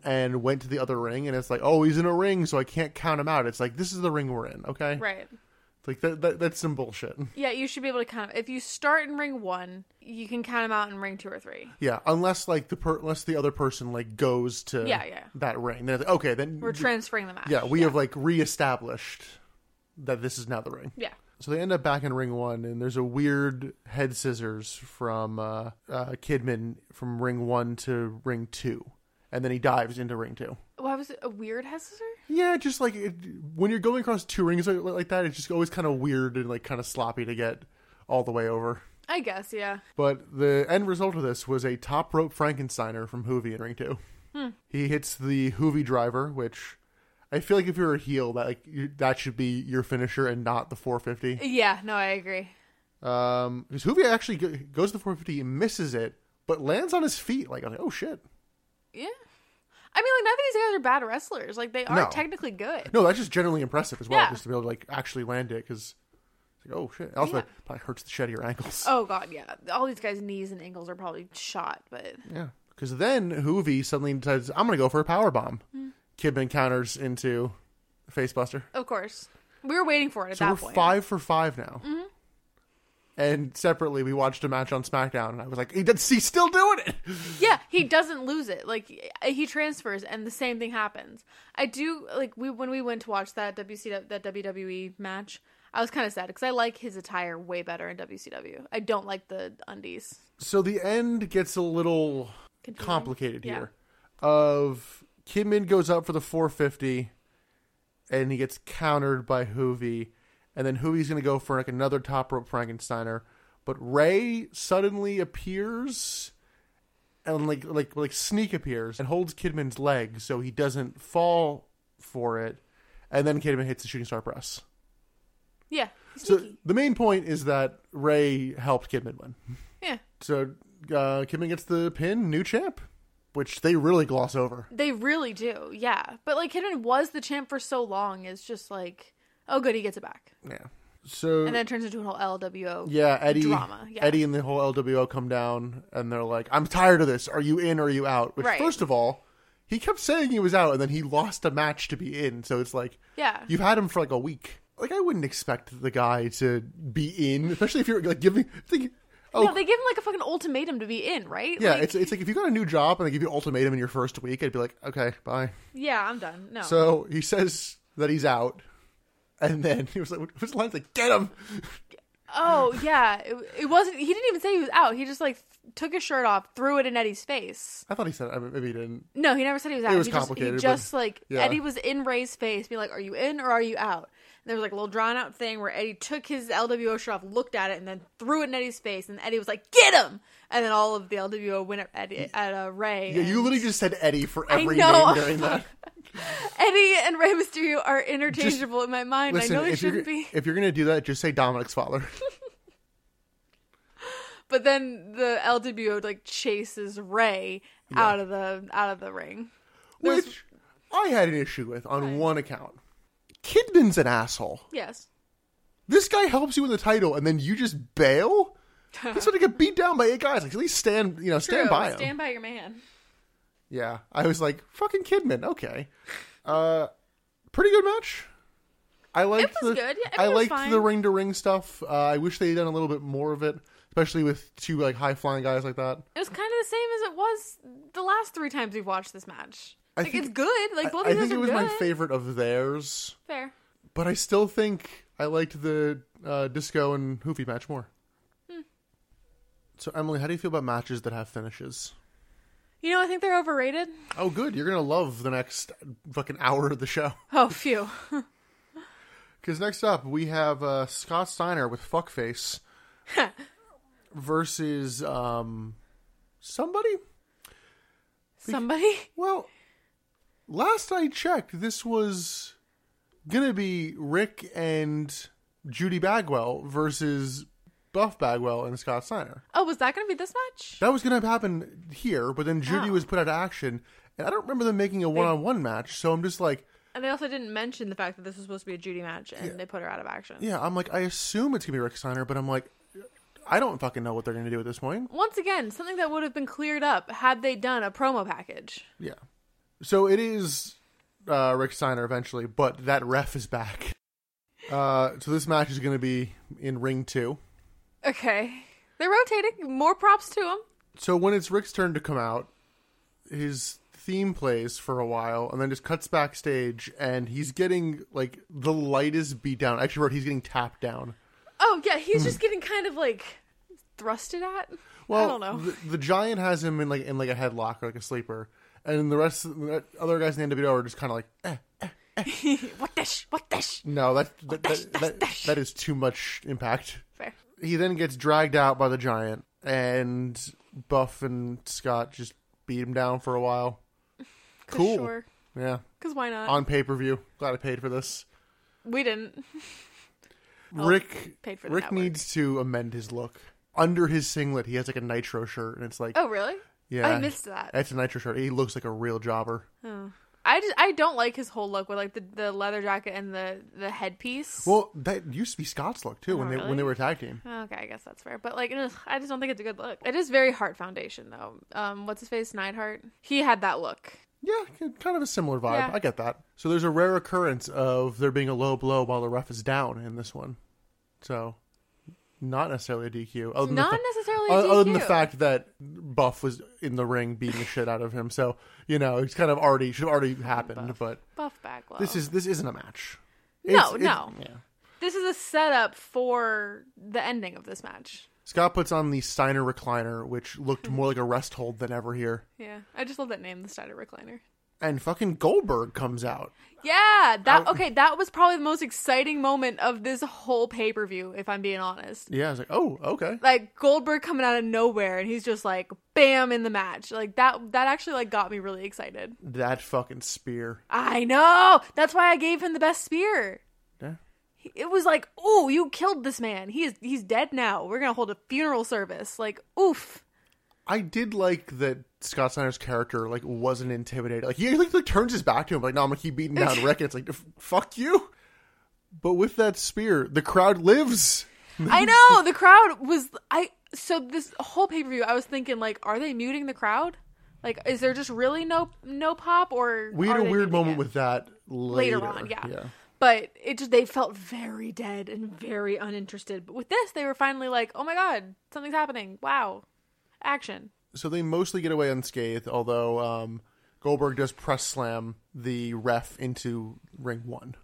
B: and went to the other ring, and it's like, oh, he's in a ring, so I can't count him out. It's like this is the ring we're in, okay?
A: Right.
B: It's Like that, that that's some bullshit.
A: Yeah, you should be able to count. If you start in ring one, you can count them out in ring two or three.
B: Yeah, unless like the per- unless the other person like goes to
A: Yeah, yeah.
B: that ring, then it's, okay, then
A: We're transferring them out.
B: yeah, we have like reestablished that this is now the ring.
A: Yeah.
B: So they end up back in ring one, and there's a weird head scissors from uh, uh, Kidman from ring one to ring two, and then he dives into ring two.
A: Why was it a weird head scissor?
B: Yeah, just like it, when you're going across two rings like, like that, it's just always kind of weird and like kind of sloppy to get all the way over.
A: I guess, yeah.
B: But the end result of this was a top rope Frankensteiner from Hoovy in ring two.
A: Hmm.
B: He hits the Hoovy driver, which I feel like if you're a heel, that like you, that should be your finisher and not the 450.
A: Yeah, no, I agree.
B: Um, because Hoovy actually go- goes to the 450, misses it, but lands on his feet. Like, I'm like, oh shit.
A: Yeah. I mean, like, not that these guys are bad wrestlers. Like, they are
B: No.
A: technically good.
B: No, that's just generally impressive as well,
A: Yeah.
B: just to be able to like actually land it. Because like, oh shit. Also,
A: Yeah.
B: it probably hurts the shit out of your ankles.
A: Oh, God, yeah. All these guys' knees and ankles are probably shot, but
B: Yeah. Because then Hoovy suddenly decides, I'm gonna go for a power bomb.
A: Hmm.
B: Kidman counters into facebuster.
A: of course. We were waiting for it at
B: So
A: that
B: we're
A: point. Mm-hmm.
B: five for five now. And separately, we watched a match on SmackDown, and I was like, he did- "He's still doing it."
A: Yeah, he doesn't lose it. Like he transfers, and the same thing happens. I do like we when we went to watch that WCW that WWE match. I was kind of sad because I like his attire way better in WCW. I don't like the undies.
B: So the end gets a little
A: Confusing.
B: complicated
A: Yeah.
B: here. Of Kidman goes up for the 450, and he gets countered by Hoovy, and then Hoovy's going to go for like another top rope Frankensteiner, but Ray suddenly appears and like like like sneak appears and holds Kidman's leg so he doesn't fall for it, and then Kidman hits the shooting star press.
A: Yeah, he's
B: So
A: sneaky.
B: the main point is that Ray helped Kidman win.
A: yeah.
B: So uh, Kidman gets the pin, new champ, which they really gloss over.
A: They really do. Yeah, but like Kidman was the champ for so long. It's just like oh good, he gets it back,
B: Yeah. So
A: and then it turns into an whole LWO.
B: yeah, Eddie,
A: drama, yeah.
B: Eddie and the whole LWO come down and they're like, "I'm tired of this. Are you in? or Are you out?" Which
A: Right.
B: first of all, he kept saying he was out, and then he lost a match to be in. So it's like,
A: Yeah.
B: you've had him for like a week. Like I wouldn't expect the guy to be in, especially if you're like giving. Think, oh
A: No, they give him like a fucking ultimatum to be in, right?
B: yeah,
A: Like,
B: it's it's like if you got a new job and they give you ultimatum in your first week, I'd be like, okay, bye.
A: yeah. I'm done. No,
B: So he says that he's out, and then he was like, "What's the line?" Like, get him.
A: Oh yeah, it, it wasn't. He didn't even say he was out. He just like th- took his shirt off, threw it in Eddie's face.
B: I thought he said, I mean, maybe he didn't.
A: No, he never said he was out.
B: was
A: he just,
B: complicated,
A: He
B: but-
A: just like
B: yeah.
A: Eddie was in Ray's face, being like, "Are you in or are you out?" And there was like a little drawn out thing where Eddie took his LWO shirt off, looked at it, and then threw it in Eddie's face. And Eddie was like, "Get him!" And then all of the LWO went at Eddie, at uh, Ray.
B: Yeah,
A: and
B: you literally just said Eddie for
A: I
B: every
A: know.
B: name during that.
A: Eddie and Ray Mysterio are interchangeable in my mind.
B: Listen,
A: I know they
B: if you're
A: shouldn't be.
B: if you're gonna do that, just say Dominic's father.
A: But then the LWO like chases Ray out of the out of the ring. There's-
B: Which I had an issue with on one account. Kidman's an asshole.
A: Yes.
B: This guy helps you win the title, and then you just bail. He's gonna get beat down by eight guys. Like at least stand, you know, stand
A: True.
B: by him.
A: Stand by your man.
B: Yeah, I was like, fucking Kidman. Okay, uh, pretty good match. I liked
A: was
B: the
A: good. Yeah, I mean, it
B: I,
A: was
B: liked
A: fine.
B: the ring to ring stuff. Uh, I wish they had done a little bit more of it, especially with two like high flying guys like that.
A: It was kind of the same as it was the last three times we've watched this match.
B: I
A: like
B: think-
A: it's good. Like both
B: I
A: of these
B: think it
A: are
B: was
A: good.
B: my favorite of theirs,
A: Fair.
B: but I still think I liked the uh, disco and hoofy match
A: Hmm.
B: more. So Emily, how do you feel about matches that have finishes?
A: You know, I think they're overrated.
B: Oh, good. You're gonna love the next fucking hour of the show.
A: Oh, phew.
B: Because next up we have uh, Scott Steiner with Fuckface versus um, somebody.
A: Somebody?
B: Well, last I checked, this was gonna be Rick and Judy Bagwell versus Buff Bagwell and Scott Steiner.
A: Oh, was that going to be this match?
B: That was going to happen here, but then Judy
A: Oh.
B: was put out of action, and I don't remember them making a one-on-one match. So I'm just like,
A: And they also didn't mention the fact that this was supposed to be a Judy match, and they put her out of action.
B: yeah, I'm like, I assume it's gonna be Rick Steiner, but I'm like, I don't fucking know what they're gonna do at this point.
A: Once again, something that would have been cleared up had they done a promo package.
B: Yeah. So it is uh, Rick Steiner eventually, but that ref is back. Uh, so this match is gonna be in ring two.
A: Okay. They're rotating. More props to them.
B: So when it's Rick's turn to come out, his theme plays for a while and then just cuts backstage and he's getting like the lightest beat down. I actually wrote he's getting tapped down.
A: Oh, yeah, he's
B: Hmm.
A: just getting kind of like thrusted at.
B: Well,
A: I don't know.
B: The, the giant has him in like in like a headlock or like a sleeper, and the rest of the other guys in the NWO are just kind of like, eh.
A: what dish? What dish?
B: no, that that,
A: Dash,
B: that,
A: dash,
B: that,
A: dash.
B: that is too much impact.
A: Fair.
B: He then gets dragged out by the giant, and Buff and Scott just beat him down for a while.
A: 'Cause
B: Cool.
A: Sure.
B: Yeah,
A: Because why not?
B: on pay per view. Glad I paid for this.
A: we didn't.
B: Rick
A: paid for the
B: Rick
A: network.
B: needs to amend his look. Under his singlet, he has like a nitro shirt, and it's like,
A: Oh, really?
B: yeah,
A: I missed that.
B: That's a nitro shirt. He looks like a real jobber.
A: Oh. I just I don't like his whole look with like the, the leather jacket and the the headpiece.
B: Well, that used to be Scott's look too when
A: Oh,
B: they when
A: really?
B: they were a tag team.
A: okay, I guess that's fair. But like, ugh, I just don't think it's a good look. It is very Heart Foundation though. Um, what's his face, Neidhart? He had that look.
B: Yeah, k- kind of a similar vibe.
A: Yeah.
B: I get that. So there's a rare occurrence of there being a low blow while the ref is down in this one. So not necessarily a DQ. Other than, the,
A: Not
B: fa-
A: necessarily.
B: o- other than the
A: DQ.
B: fact that Buff was in the ring beating the shit out of him. So, you know, it's kind of already should already happened, but
A: Buff Bagwell.
B: this is this isn't a match.
A: No,
B: It's- it's-
A: no.
B: yeah.
A: this is a setup for the ending of this match.
B: Scott puts on the Steiner recliner, which looked more like a rest hold than ever here.
A: Yeah, I just love that name, the Steiner Recliner.
B: And fucking Goldberg comes out.
A: Yeah, that
B: I-
A: okay. That was probably the most exciting moment of this whole pay per view, if I'm being honest.
B: Yeah, I was like, oh, okay.
A: Like Goldberg coming out of nowhere, and he's just like, bam, in the match. Like that. That actually like got me really excited.
B: That fucking spear.
A: I know. That's why I gave him the best spear.
B: Yeah.
A: He- It was like, oh, you killed this man. He is he's dead now. We're gonna hold a funeral service. Like, oof.
B: I did like that Scott Snyder's character like wasn't intimidated. Like he like, like, turns his back to him, like, no, I'm gonna keep beating down Rick. And it's like, "F- fuck you. But with that spear, the crowd lives.
A: I know the crowd was I so this whole pay per view I was thinking like are they muting the crowd like is there just really no no pop or
B: We
A: are
B: had a
A: Oh, they
B: weird
A: muting
B: moment
A: it?
B: with that later.
A: later, on yeah. but it just they felt very dead and very uninterested but with this they were finally like oh my god something's happening wow action
B: So they mostly get away unscathed, although um, Goldberg does press slam the ref into ring one.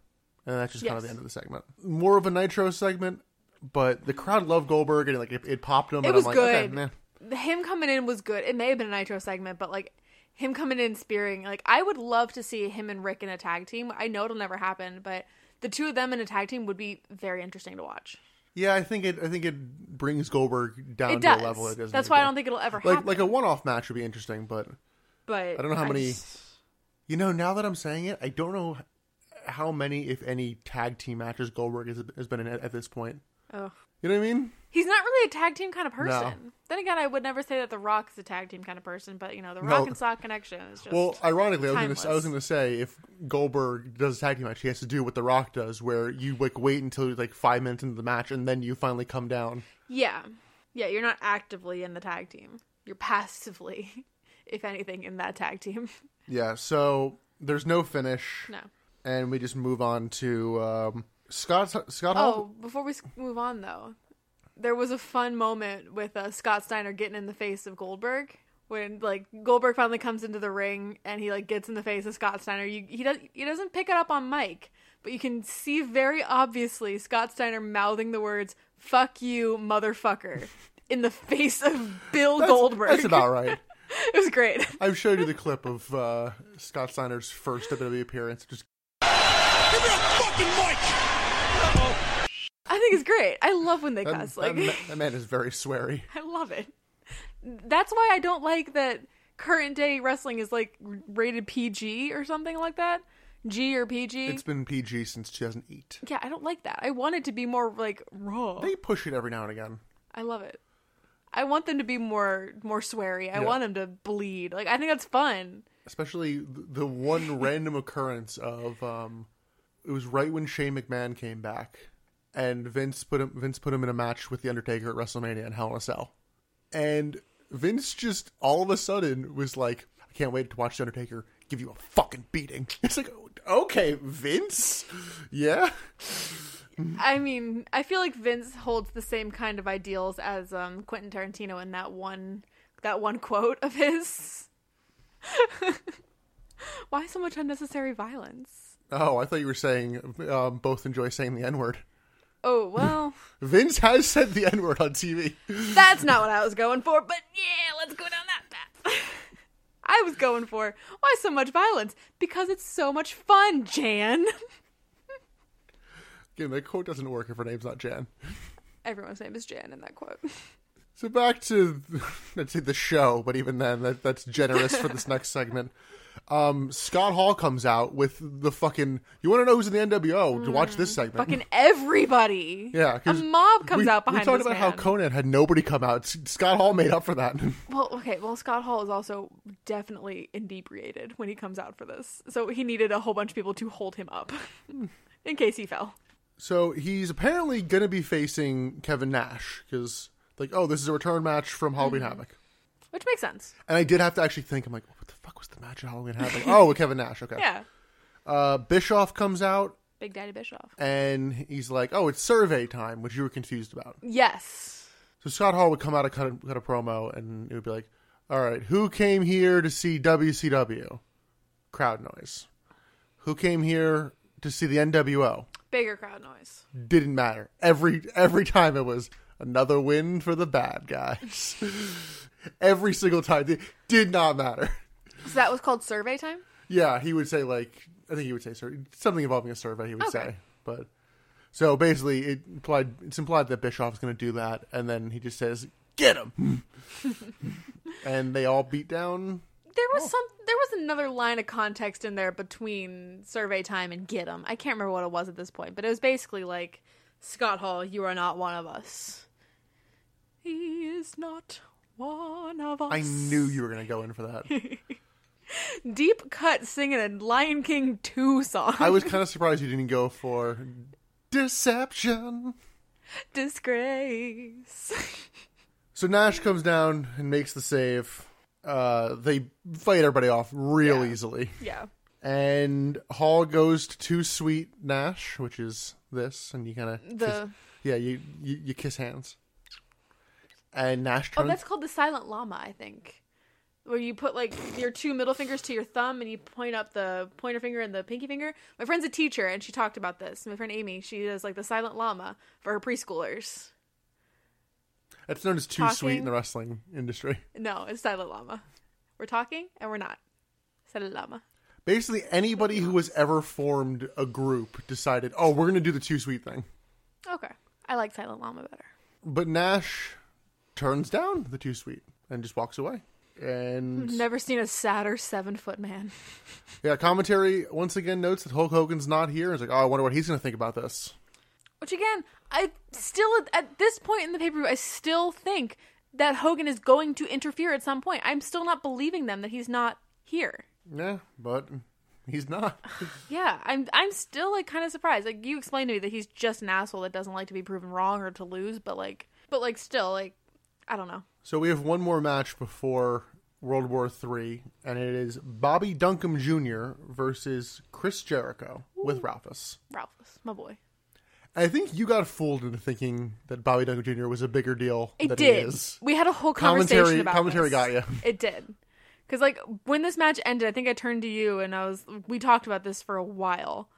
B: And that's just kind of
A: Yes.
B: the end of the segment. More of a nitro segment, but the crowd loved Goldberg and like it, it popped him. and
A: was
B: I'm like,
A: good.
B: okay, meh.
A: him coming in was good it may have been a nitro segment but like him coming in spearing like I would love to see him and Rick in a tag team I know it'll never happen but the two of them in a tag team would be very interesting to watch.
B: Yeah, I think it. I think it brings Goldberg down
A: It
B: to
A: does.
B: a level. It doesn't.
A: That's
B: need
A: why I
B: to.
A: don't think it'll ever
B: Like
A: happen.
B: like a one-off match would be interesting, but
A: but
B: I don't know how many-
A: just-
B: you know, now that I'm saying it, I don't know how many, if any, tag team matches Goldberg has, has been in at, at this point.
A: oh.
B: You know what I mean?
A: He's not really a tag team kind of person. Then again, I would never say that The Rock is a tag team kind of person, but you know, The
B: No.
A: Rock and Sock connection is just
B: Well, ironically, I was, gonna, s- I
A: timeless.
B: was going to say if Goldberg does a tag team match, he has to do what The Rock does, where you like wait until like five minutes into the match and then you finally come down.
A: yeah, yeah. You're not actively in the tag team. You're passively, if anything, in that tag team.
B: Yeah. So there's no finish,
A: No.
B: and we just move on to um, Scott. Scott Hall.
A: Oh, before we s- move on though, there was a fun moment with uh, Scott Steiner getting in the face of Goldberg when like Goldberg finally comes into the ring and he like gets in the face of Scott Steiner. You, he does he doesn't pick it up on mic, but you can see very obviously Scott Steiner mouthing the words "fuck you, motherfucker" in the face of Bill
B: That's-
A: Goldberg.
B: That's about right.
A: It was great.
B: I've showed you the clip of uh, Scott Steiner's first WWE appearance. Just
C: Give me a fucking mic!
A: I think it's great. I love when they
B: that,
A: cuss.
B: that
A: Like,
B: ma- that man is very sweary.
A: I love it. That's why I don't like that current day wrestling is like rated PG or something like that. G or PG.
B: It's been PG since 2008.
A: yeah, I don't like that. I want it to be more like raw.
B: They push it every now and again.
A: I love it. I want them to be more more sweary. I
B: Yeah.
A: want them to bleed. Like I think that's fun.
B: especially th- the one random occurrence of um, it was right when Shane McMahon came back, and Vince put him Vince put him in a match with the Undertaker at WrestleMania in Hell in a Cell, and Vince just all of a sudden was like, "I can't wait to watch the Undertaker give you a fucking beating." It's like, okay, Vince, yeah,
A: I mean, I feel like Vince holds the same kind of ideals as um, Quentin Tarantino in that one that one quote of his. Why so much unnecessary violence?
B: Oh, I thought you were saying um, both enjoy saying the N word.
A: Oh well,
B: Vince has said the N word on TV.
A: that's not what I was going for. But yeah, let's go down that path. I was going for why so much violence because it's so much fun, Jan.
B: Again, that quote doesn't work if her name's not Jan.
A: Everyone's name is Jan in that quote.
B: So back to let's say the show, but even then, that, that's generous for this next segment. Um, Scott Hall comes out with the fucking. You want to know who's in the NWO to watch this segment?
A: Mm. Fucking everybody.
B: yeah, 'cause
A: a mob comes
B: we,
A: out behind
B: We talked
A: this
B: about
A: man.
B: how Conan had nobody come out. S- Scott Hall made up for that.
A: Well, okay. Well, Scott Hall is also definitely inebriated when he comes out for this, so he needed a whole bunch of people to hold him up
B: Hmm.
A: in case he fell.
B: so he's apparently going to be facing Kevin Nash because, like, oh, this is a return match from
A: Mm.
B: Halloween Havoc.
A: Which makes sense.
B: And I did have to actually think. I'm like, what the fuck was the match at Halloween Havoc? oh, with Kevin Nash. Okay.
A: Yeah.
B: Uh, Bischoff comes out
A: Big Daddy Bischoff.
B: and he's like, "Oh, it's survey time," which you were confused about.
A: Yes.
B: So Scott Hall would come out and cut a, cut a promo, and it would be like, "All right, who came here to see WCW?" Crowd noise. Who came here to see the NWO?
A: Bigger crowd noise.
B: Didn't matter. Every every time it was another win for the bad guys. every single time, it did not matter.
A: So that was called survey time.
B: Yeah, he would say like I think he would say sur- something involving a survey. He would
A: Okay.
B: say, but so basically, it implied it's implied that Bischoff's going to do that, and then he just says, "Get him," and they all beat down.
A: There was some. There was another line of context in there between survey time and get 'em. I can't remember what it was at this point, but it was basically like Scott Hall, you are not one of us. He is not one of us.
B: I knew you were going to go in for that.
A: deep cut singing a Lion King 2 song.
B: I was kind of surprised you didn't go for deception.
A: Disgrace.
B: So Nash comes down and makes the save. Uh, they fight everybody off real
A: Yeah.
B: easily.
A: yeah.
B: and Hall goes to Too Sweet Nash, which is this, and you kind of
A: The
B: yeah, you, you you kiss hands, and Nash
A: Oh,
B: turns.
A: that's called the silent llama, I think. Where you put like your two middle fingers to your thumb and you point up the pointer finger and the pinky finger. My friend's a teacher and she talked about this. My friend Amy, she does like the silent llama for her preschoolers.
B: That's known as Too Sweet in
A: talking.
B: the wrestling industry.
A: No, it's silent llama. We're talking and we're not. Silent llama.
B: Basically, anybody who has ever formed a group decided, oh, we're going to do the Too Sweet thing,
A: Okay. I like silent llama better.
B: but Nash turns down the Too Sweet and just walks away. And
A: Never seen a sadder seven foot man. Hmm.
B: yeah, commentary once again notes that Hulk Hogan's not here. It's like, oh, I wonder what he's going to think about this.
A: Which again, I still at this point in the pay per view, I still think that Hogan is going to interfere at some point. I'm still not believing them that he's not here.
B: Yeah, but he's not.
A: Yeah, I'm I'm still like kind of surprised. Like you explained to me that he's just an asshole that doesn't like to be proven wrong or to lose, but like but like still like I don't know.
B: So we have one more match before World War Three, and it is Bobby Duncombe Jr. versus Chris Jericho with Ralphus.
A: Ralphus, my boy.
B: I think you got fooled into thinking that Bobby Duncombe Jr. was a bigger deal
A: It
B: than he
A: did.
B: is.
A: We had a whole conversation
B: Commentary,
A: about
B: commentary
A: this.
B: got you.
A: It did. Cuz like when this match ended, I think I turned to you and I was we talked about this for a while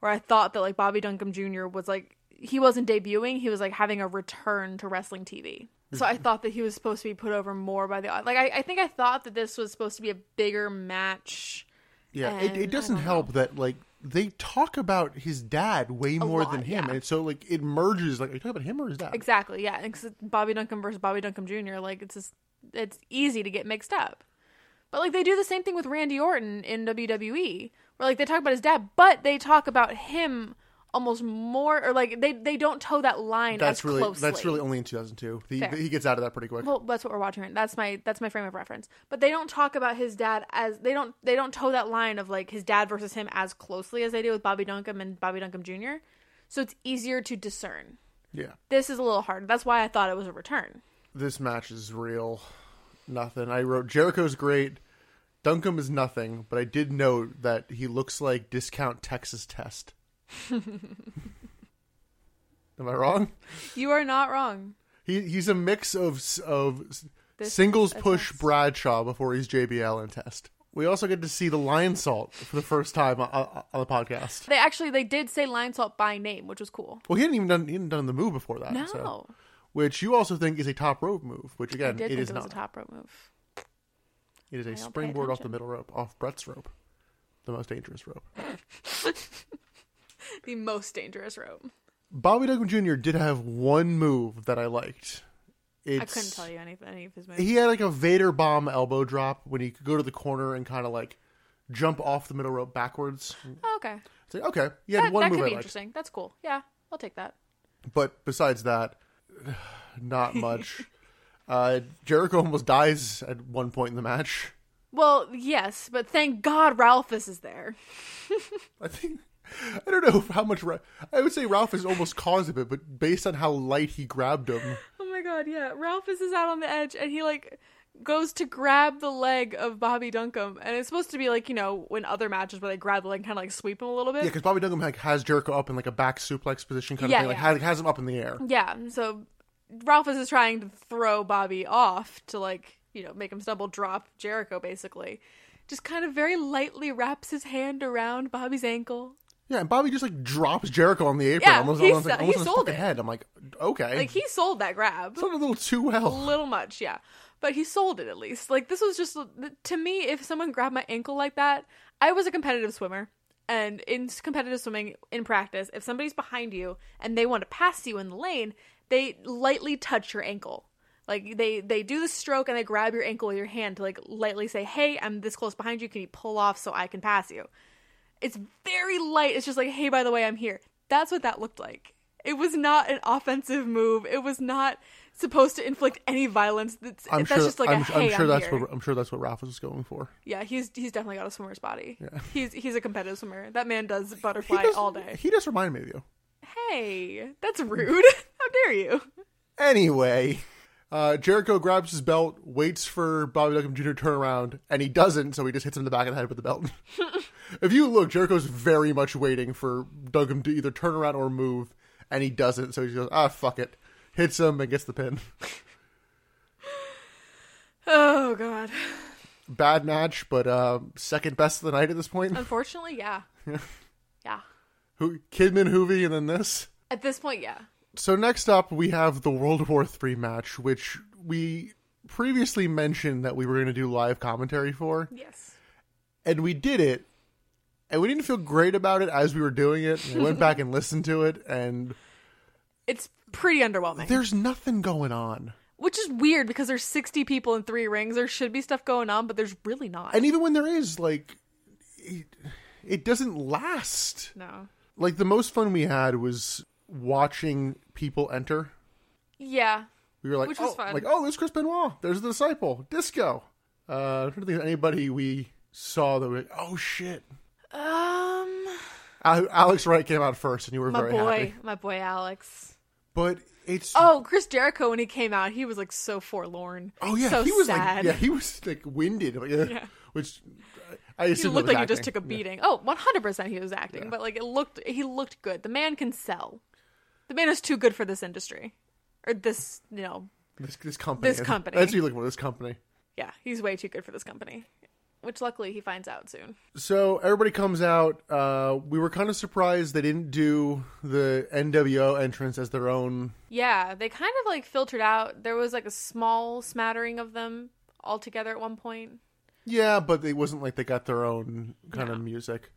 A: where I thought that like Bobby Duncombe Jr was like he wasn't debuting, he was like having a return to wrestling TV. So I thought that he was supposed to be put over more by the like. I, I think I thought that this was supposed to be a bigger match.
B: Yeah, it,
A: And I
B: it doesn't
A: don't
B: help that like they talk about his dad way more
A: lot,
B: than him,
A: yeah.
B: and so like it merges. Like, are you talking about him or his dad?
A: Exactly. Yeah, because Bobby Duncombe versus Bobby Duncombe Jr. Like it's just it's easy to get mixed up. But like they do the same thing with Randy Orton in WWE, where like they talk about his dad, but they talk about him almost more, or like they they don't toe that line
B: That's
A: as
B: really
A: closely.
B: that's really only in 2002. He,
A: Fair.
B: he gets out of that pretty quick.
A: well that's what we're watching right that's my that's my frame of reference but they don't talk about his dad as they don't they don't toe that line of like his dad versus him as closely as they do with bobby duncombe and bobby duncombe jr so it's easier to discern
B: yeah,
A: this is a little harder that's why i thought it was a return
B: this match is real. Nothing. I wrote Jericho's great. Duncombe is nothing, but I did note that he looks like discount Texas Test. Am I wrong?
A: you are not wrong
B: He he's a mix of s- of s-
A: This
B: singles
A: a
B: push
A: test.
B: Bradshaw before he's JBL and test. We also get to see the lion salt for the first time on, on on the podcast.
A: they actually they did say lion salt by name which was cool
B: Well, he hadn't even done he hadn't done the move before that.
A: no
B: so- which you also think is a top rope move, which
A: i
B: again
A: did
B: it
A: think
B: is
A: it was
B: not.
A: a top rope move
B: it is a
A: pay
B: springboard off the
A: attention.
B: middle rope, off Brett's rope, the most dangerous rope.
A: the most dangerous rope
B: Bobby Duncombe Jr. did have one move that I liked. It's,
A: i couldn't tell you any, any of his moves
B: he had like a Vader bomb elbow drop when he could go to the corner and kind of like jump off the middle rope backwards.
A: oh, okay
B: It's like, okay, he had
A: that,
B: one
A: that
B: move
A: could
B: I
A: be
B: liked,
A: interesting that's cool yeah i'll take that
B: but besides that, not much. uh, Jericho almost dies at one point in the match.
A: Well, yes, but thank God Ralphus is there.
B: I think I don't know how much. Ra- I would say Ralph is almost caused of it, but based on how light he grabbed him,
A: Oh my God, yeah, Ralphus is out on the edge, and he like goes to grab the leg of Bobby Duncombe, and it's supposed to be like you know in other matches where they grab the leg and kind of like sweep him a little bit.
B: yeah, because Bobby Duncombe like, has Jericho up in like a back suplex position kind of
A: Yeah,
B: thing, like
A: yeah.
B: has, has him up in the air.
A: Yeah, and so Ralphus is trying to throw Bobby off to like, you know, make him stumble, drop Jericho basically. Just kind of very lightly wraps his hand around Bobby's ankle.
B: Yeah, and Bobby just like drops Jericho on the apron,
A: Yeah,
B: almost,
A: he
B: almost, like,
A: se- he
B: almost on his
A: sold
B: fucking
A: it.
B: head. I'm like, okay,
A: Like he sold that grab.
B: it's not a little too well.
A: a little much, yeah. But he sold it at least. Like this was just to me, if someone grabbed my ankle like that, I was a competitive swimmer, and in competitive swimming in practice, if somebody's behind you and they want to pass you in the lane, they lightly touch your ankle. Like they they do the stroke and they grab your ankle with your hand to like lightly say, "Hey, I'm this close behind you. Can you pull off so I can pass you?" It's very light. It's just like, hey, by the way, I'm here. That's what that looked like. It was not an offensive move. It was not supposed to inflict any violence. That's,
B: I'm
A: that's
B: sure.
A: just like
B: I'm,
A: a
B: I'm
A: hey, I'm
B: sure that's
A: here.
B: what I'm sure that's what Ralph was going for.
A: Yeah, he's he's definitely got a swimmer's body. He's he's a competitive swimmer. That man does butterfly
B: does-
A: all day.
B: He just reminded me of you.
A: Hey, that's rude. How dare you?
B: Anyway, uh, Jericho grabs his belt, waits for Bobby Duncombe Jr. to turn around, and he doesn't, so he just hits him in the back of the head with the belt. if you look, Jericho's very much waiting for Duncombe to either turn around or move, and he doesn't, so he just goes, ah, fuck it. Hits him and gets the pin.
A: Oh god.
B: Bad match, but uh, second best of the night at this point.
A: Unfortunately, yeah. yeah.
B: Who Kidman, Hoovy, and then this.
A: At this point, yeah.
B: So next up, we have the World War III match, which we previously mentioned that we were going to do live commentary for.
A: Yes.
B: and we did it and we didn't feel great about it as we were doing it we went back and listened to it and
A: It's pretty underwhelming.
B: there's nothing going on
A: Which is weird because there's 60 people in three rings. There should be stuff going on, but there's really not.
B: and even when there is like it, it doesn't last
A: no.
B: like the most fun we had was watching people enter
A: Yeah.
B: we were like
A: Which was
B: oh,
A: fun.
B: like oh there's chris benoit there's the disciple disco uh i don't think of anybody we saw that we like oh shit
A: Um,
B: Al- alex wright came out first and you were
A: my
B: very
A: boy,
B: happy
A: my boy Alex.
B: but it's
A: Oh, Chris Jericho when he came out, he was like so forlorn.
B: Oh yeah,
A: so
B: he was
A: sad.
B: like yeah, he was like winded. like, uh, Which I
A: He
B: assume that
A: looked
B: was
A: like he just
B: acting.
A: took a beating. Oh, 100% he was acting, but like it looked he looked good. The man can sell. The man is too good for this industry. Or this, you know,
B: This, this company.
A: This company.
B: That's what you looking for. This company.
A: yeah, he's way too good for this company. which luckily he finds out soon.
B: So everybody comes out. Uh, we were kind of surprised they didn't do the NWO entrance as their own.
A: Yeah, they kind of like filtered out. There was like a small smattering of them all together at one point.
B: Yeah, but it wasn't like they got their own kind of music.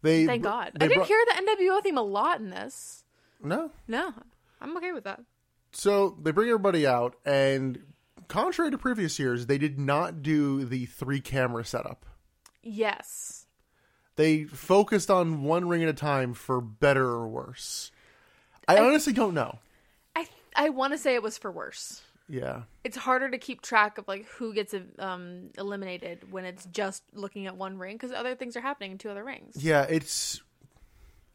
B: They
A: Thank God.
B: they
A: I didn't
B: brought-
A: hear the NWO theme a lot in this.
B: no.
A: No, I'm okay with that.
B: So they bring everybody out, and contrary to previous years, they did not do the three camera setup.
A: Yes.
B: They focused on one ring at a time for better or worse. I honestly don't know.
A: I I want to say it was for worse.
B: Yeah.
A: It's harder to keep track of like who gets um, eliminated when it's just looking at one ring because other things are happening in two other rings.
B: Yeah, it's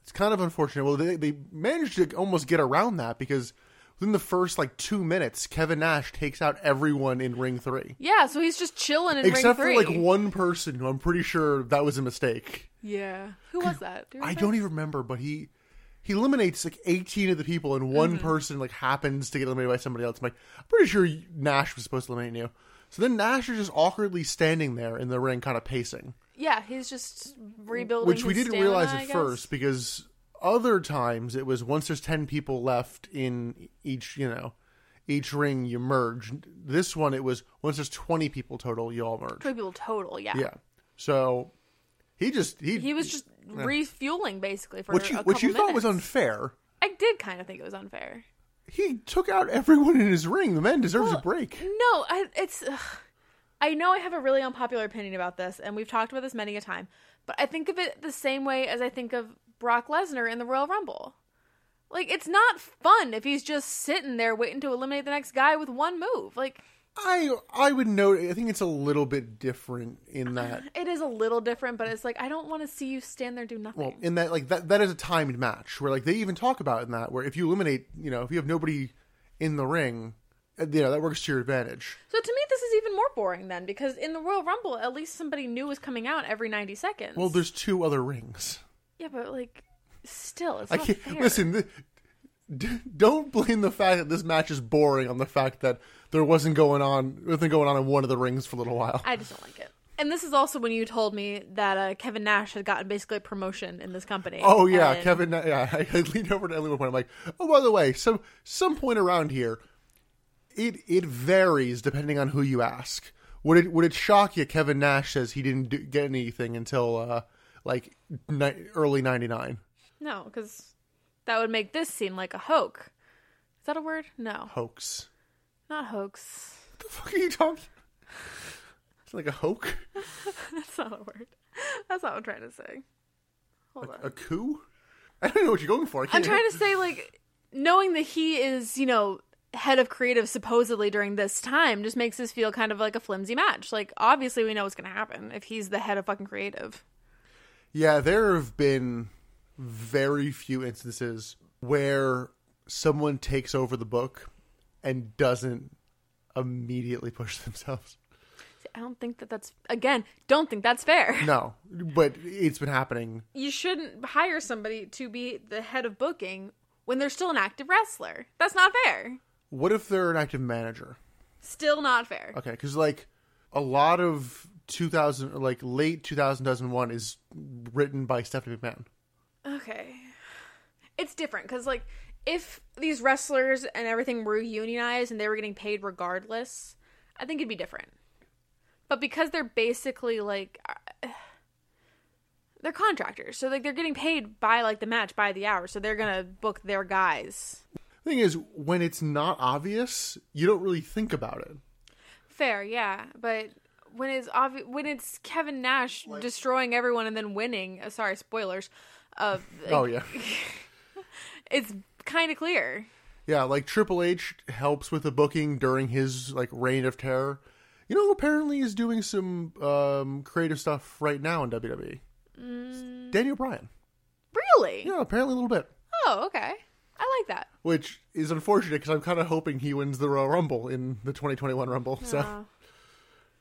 B: it's kind of unfortunate. Well, they they managed to almost get around that because within the first like two minutes, Kevin Nash takes out everyone in Ring Three,
A: Yeah, so he's just chilling in
B: except
A: ring
B: for
A: three.
B: like one person who I'm pretty sure that was a mistake.
A: Yeah, who was that? Do you
B: I
A: remember?
B: don't even remember, but he he eliminates like 18 of the people, and one
A: Mm-hmm.
B: person like happens to get eliminated by somebody else. I'm like, I'm pretty sure Nash was supposed to eliminate you. So then Nash is just awkwardly standing there in the ring, kind of pacing.
A: Yeah, he's just rebuilding.
B: which we
A: his
B: didn't realize
A: stamina, I
B: at
A: guess.
B: first because other times it was once there's 10 people left in each you know each ring you merge this one it was once there's 20 people total you all merge
A: Three people total. Yeah.
B: yeah so he just he,
A: He was just refueling basically for
B: what you
A: a
B: what you
A: couple
B: thought was
A: minutes.
B: unfair
A: I did kind of think it was unfair.
B: he took out everyone in his ring the man deserves a break
A: No, I, it's. Ugh. I know I have a really unpopular opinion about this, and we've talked about this many a time, but I think of it the same way as I think of Brock Lesnar in the Royal Rumble. Like, it's not fun if he's just sitting there waiting to eliminate the next guy with one move. Like,
B: i i would note i think it's a little bit different in that
A: it is a little different, but it's like, I don't want to see you stand there do nothing.
B: Well, in that like that that is a timed match where like they even talk about in that where if you eliminate, you know, if you have nobody in the ring, uh, you know, that works to your advantage.
A: so to me, this is even more boring then, because in the Royal Rumble, at least somebody new was coming out every 90 seconds.
B: Well, there's two other rings.
A: yeah, but like, still, it's
B: I
A: not
B: can't
A: fair.
B: listen. Th- d- don't blame the fact that this match is boring on the fact that there wasn't going on nothing going on in one of the rings for a little while.
A: I just don't like it. And this is also when you told me that uh, Kevin Nash had gotten basically a promotion in this company.
B: Oh yeah,
A: And-
B: Kevin. Yeah, I, I leaned over to Ellie one point. I'm like, oh, by the way, some some point around here, it it varies depending on who you ask. Would it would it shock you? Kevin Nash says he didn't do, get anything until uh, like ni- early '99.
A: No, because that would make this seem like a hoax. Is that a word? No,
B: Hoax.
A: not hoax.
B: What the fuck are you talking? It's like a hoax,
A: That's not a word. That's not what I'm trying to say. Hold on.
B: a coup. I don't know what you're going for. I
A: I'm
B: can't
A: trying to say like knowing that he is you know head of creative supposedly during this time just makes this feel kind of like a flimsy match. Like obviously we know what's gonna happen if he's the head of fucking creative.
B: Yeah, there have been very few instances where someone takes over the book and doesn't immediately push themselves.
A: I don't think that that's again. Don't think that's fair.
B: No, but it's been happening.
A: you shouldn't hire somebody to be the head of booking when they're still an active wrestler. That's not fair.
B: What if they're an active manager?
A: Still not fair.
B: Okay, because like a lot of 2000, or, like late 2001 is written by Stephanie McMahon.
A: Okay. It's different because, like, if these wrestlers and everything were unionized and they were getting paid regardless, I think it'd be different. But because they're basically like. uh, They're contractors, so like they're getting paid by like the match by the hour, so they're gonna book their guys.
B: Thing is, when it's not obvious, you don't really think about it.
A: Fair, yeah, but when it's obvi- when it's Kevin Nash destroying everyone and then winning, uh, sorry, spoilers, uh,
B: Oh yeah.
A: it's kind of clear.
B: Yeah, like Triple H helps with the booking during his like reign of terror. You know, who apparently is doing some um, creative stuff right now in WWE. Daniel Bryan.
A: Really?
B: Yeah, apparently a little bit,
A: Oh, okay. I like that.
B: which is unfortunate because I'm kind of hoping he wins the Royal Rumble in the 2021 Rumble. So
A: Uh,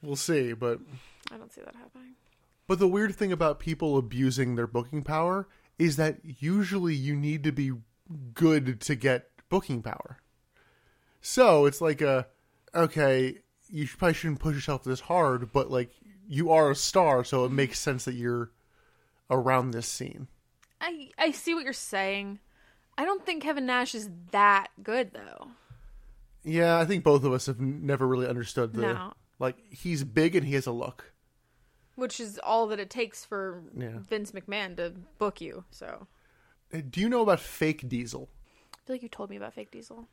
B: we'll see. But
A: I don't see that happening.
B: but the weird thing about people abusing their booking power is that usually you need to be good to get booking power. So it's like a okay, you should- probably shouldn't push yourself this hard, but like you are a star, so it makes sense that you're around this scene.
A: I I see what you're saying. I don't think Kevin Nash is that good though.
B: Yeah, I think both of us have n- never really understood the
A: No.
B: like he's big and he has a look.
A: Which is all that it takes for
B: Yeah.
A: Vince McMahon to book you. So
B: Uh, Do you know about fake Diesel?
A: I feel like you told me about Fake Diesel.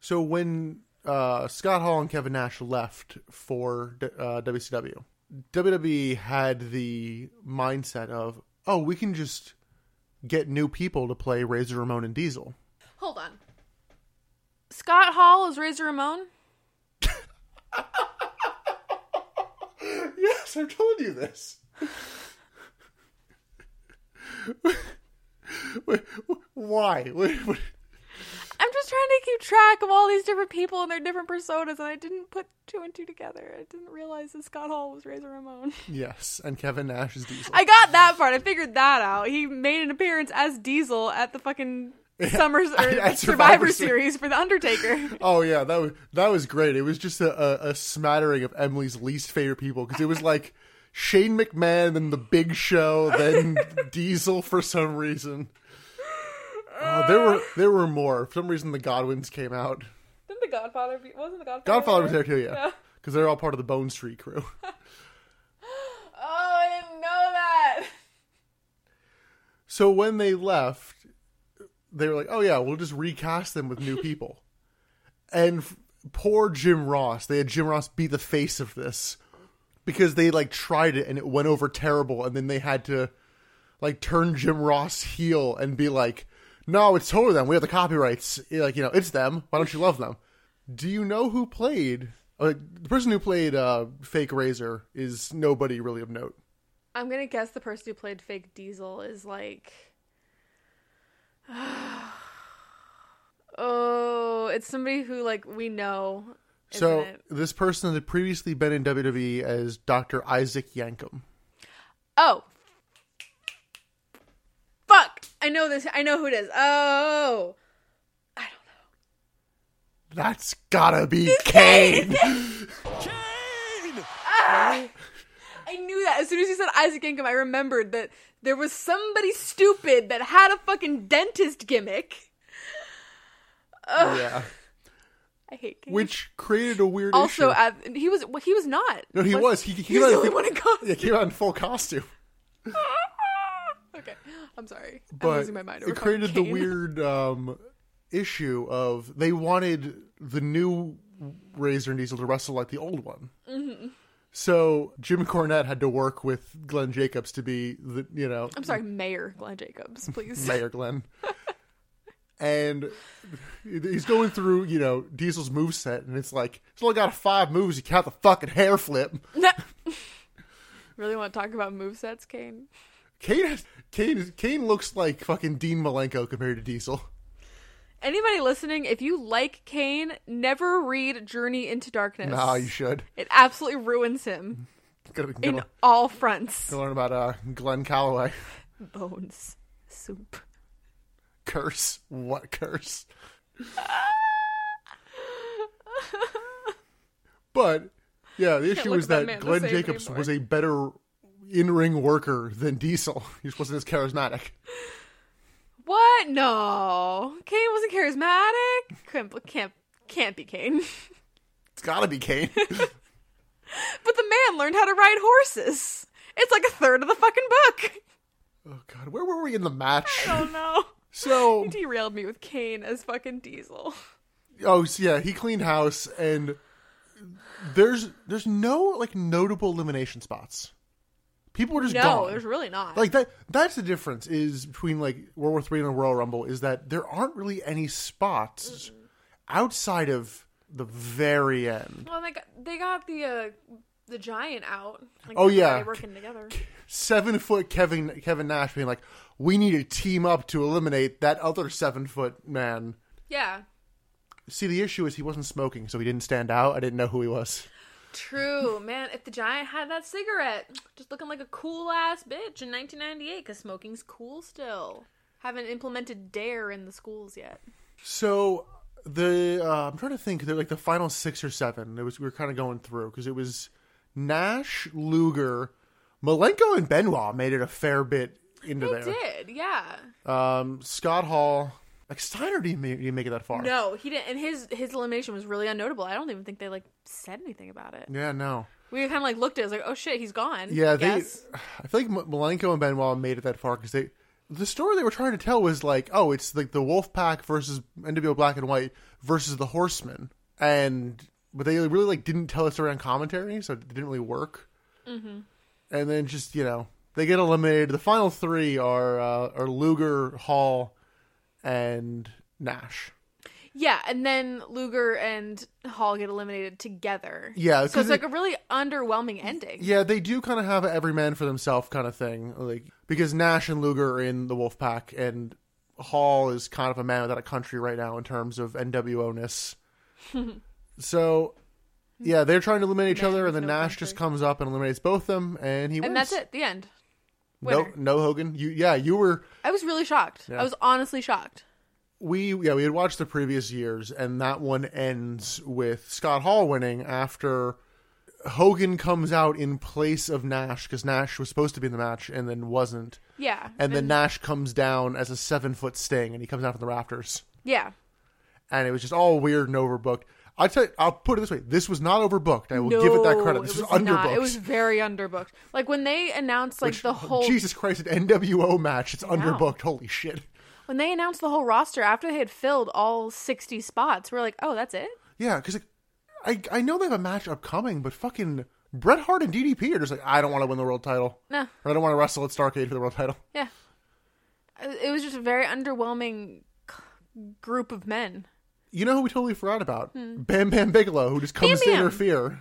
B: So when uh, Scott Hall and Kevin Nash left for uh, WCW, WWE E had the mindset of, oh, we can just get new people to play Razor Ramon and Diesel.
A: Hold on. Scott Hall is Razor Ramon.
B: Yes, I'm telling you this. Why?
A: I'm just trying to keep track of all these different people and their different personas, and I didn't put two and two together. I didn't realize that Scott Hall was Razor Ramon.
B: Yes, and Kevin Nash is Diesel.
A: I got that part. I figured that out. He made an appearance as Diesel at the fucking Summer or
B: at Survivor
A: Survivor,
B: Series.
A: Series for the Undertaker.
B: Oh yeah, that was that was great. It was just a, a, a smattering of Emily's least favorite people because it was like Shane McMahon, then The Big Show, then Diesel for some reason. Oh, there were there were more. For some reason, the Godwins came out.
A: Didn't the Godfather be, wasn't the Godfather?
B: Godfather was there too, yeah, because they're all part of the Bone Street crew.
A: Oh, I didn't know that.
B: So when they left, they were like, "Oh yeah, we'll just recast them with new people." and f- poor Jim Ross, they had Jim Ross be the face of this because they like tried it and it went over terrible, and then they had to like turn Jim Ross heel and be like, "No, it's totally them. We have the copyrights. Eh, Like you know, it's them. Why don't you love them?" Do you know who played? Uh, the person who played uh, Fake Razor is nobody really of note.
A: I'm gonna guess the person who played Fake Diesel is like. Oh, it's somebody who like we know. Isn't
B: So
A: it?
B: this person had previously been in WWE as Dr. Isaac Yankum.
A: Oh. Fuck! I know this. I know who it is. Oh. I don't know.
B: That's gotta be Kane.
C: Kane!
A: I knew that. As soon as you said Isaac Yankum, I remembered that there was somebody stupid that had a fucking dentist gimmick.
B: yeah,
A: I hate Kane.
B: which created a weird
A: also,
B: issue.
A: at, he was he was not.
B: no, he was. He, he,
A: He was the
B: came out-
A: only one in costume.
B: yeah, came out in full costume,
A: okay, I'm sorry. I'm
B: but
A: losing my mind. over
B: it created the
A: fucking Kane.
B: weird um, issue of they wanted the new Razor and Diesel to wrestle like the old one. Mm-hmm. So Jim Cornette had to work with Glenn Jacobs to be the you know
A: I'm sorry, Mayor Glenn Jacobs, please.
B: Mayor Glenn. and he's going through, you know, Diesel's moveset, and it's like, he's only got five moves. You count the fucking hair flip.
A: really want to talk about movesets, Kane?
B: Kane, has, Kane, is- Kane looks like fucking Dean Malenko compared to Diesel.
A: Anybody listening, if you like Kane, never read Journey into Darkness.
B: Nah, you should.
A: It absolutely ruins him
B: Gonna, gonna,
A: in all fronts.
B: gonna learn about uh, Glenn Calloway.
A: Bones soup.
B: Curse. What curse? but, yeah, the issue
A: look
B: is
A: at that
B: that,
A: man the
B: Glenn
A: same
B: Jacobs
A: anymore.
B: was a better in ring worker than Diesel. He just wasn't as charismatic.
A: What? No, Kane wasn't charismatic. Can't can't, can't be Kane.
B: It's gotta be Kane.
A: But the man learned how to ride horses. It's like a third of the fucking book.
B: oh god, where were we in the match?
A: Oh no.
B: So,
A: Derailed me with Kane as fucking Diesel.
B: oh so yeah, he cleaned house, and there's there's no like notable elimination spots. People were just
A: No,
B: gone.
A: there's really not.
B: like that. That's the difference is between like World War Three and the Royal Rumble is that there aren't really any spots outside of the very end.
A: well, they got, they got the uh, the giant out. Like,
B: Oh, yeah.
A: everybody working together.
B: Seven foot Kevin Kevin Nash being like, we need to team up to eliminate that other seven foot man.
A: Yeah,
B: See, the issue is he wasn't smoking, so he didn't stand out. I didn't know who he was.
A: true, man. If the giant had that cigarette, just looking like a cool ass bitch in 1998, because smoking's cool still. Haven't implemented dare in the schools yet.
B: So the uh, I'm trying to think. They're like the final six or seven. It was we were kind of going through because it was Nash, Luger, Malenko, and Benoit made it a fair bit into
A: They
B: there.
A: did, yeah.
B: Um, Scott Hall, like Steiner didn't make, didn't make it that far.
A: No, he didn't. And his his elimination was really unnotable. I don't even think they like said anything about it.
B: Yeah, no.
A: We kind of like looked at it, it was like, oh shit, he's gone.
B: Yeah, they.
A: Yes.
B: I feel like M- Malenko and Benoit made it that far because they. The story they were trying to tell was like, oh, it's like the Wolf Pack versus NWO Black and White versus the Horsemen, and but they really like didn't tell us around commentary, so it didn't really work. Mm-hmm. And then just you know they get eliminated. The final three are uh, are Luger, Hall, and Nash.
A: Yeah, and then Luger and Hall get eliminated together.
B: Yeah,
A: so
B: 'cause
A: it's like
B: it-
A: a really underwhelming ending.
B: Yeah, they do kind of have a every man for themself kind of thing, like because Nash and Luger are in the Wolfpack, and Hall is kind of a man without a country right now in terms of NWO ness. so, yeah, they're trying to eliminate each
A: Man
B: other,
A: with
B: and then
A: no
B: Nash just comes up and eliminates both them, and he wins.
A: and that's it. The end.
B: No,
A: Winner.
B: no Hogan. You, yeah, you were
A: I was really shocked. I was honestly shocked.
B: we yeah we had watched the previous years and that one ends with scott hall winning after hogan comes out in place of nash because nash was supposed to be in the match and then wasn't
A: Yeah.
B: and then nash comes down as a seven foot sting and he comes out from the rafters
A: yeah.
B: and it was just all weird and overbooked i tell you, i'll put it this way this was not overbooked i will give it that credit
A: No,
B: this
A: it
B: was,
A: was
B: underbooked
A: not. It was very underbooked. Like when they announced like the whole
B: jesus christ an nwo match it's underbooked holy shit
A: when they announced the whole roster after they had filled all 60 spots, we're like, "Oh, that's it?"
B: Yeah, because like, I I know they have a match upcoming, but fucking Bret Hart and DDP are just like I don't want to win the world title.
A: Nah.
B: Or I don't want to wrestle at Starcade for the world title.
A: Yeah. Uh, It it was just a very underwhelming c- group of men.
B: You know who we totally forgot about? Bam Bam Bigelow, who just comes
A: Hmm. Bam
B: to
A: Bam.
B: interfere.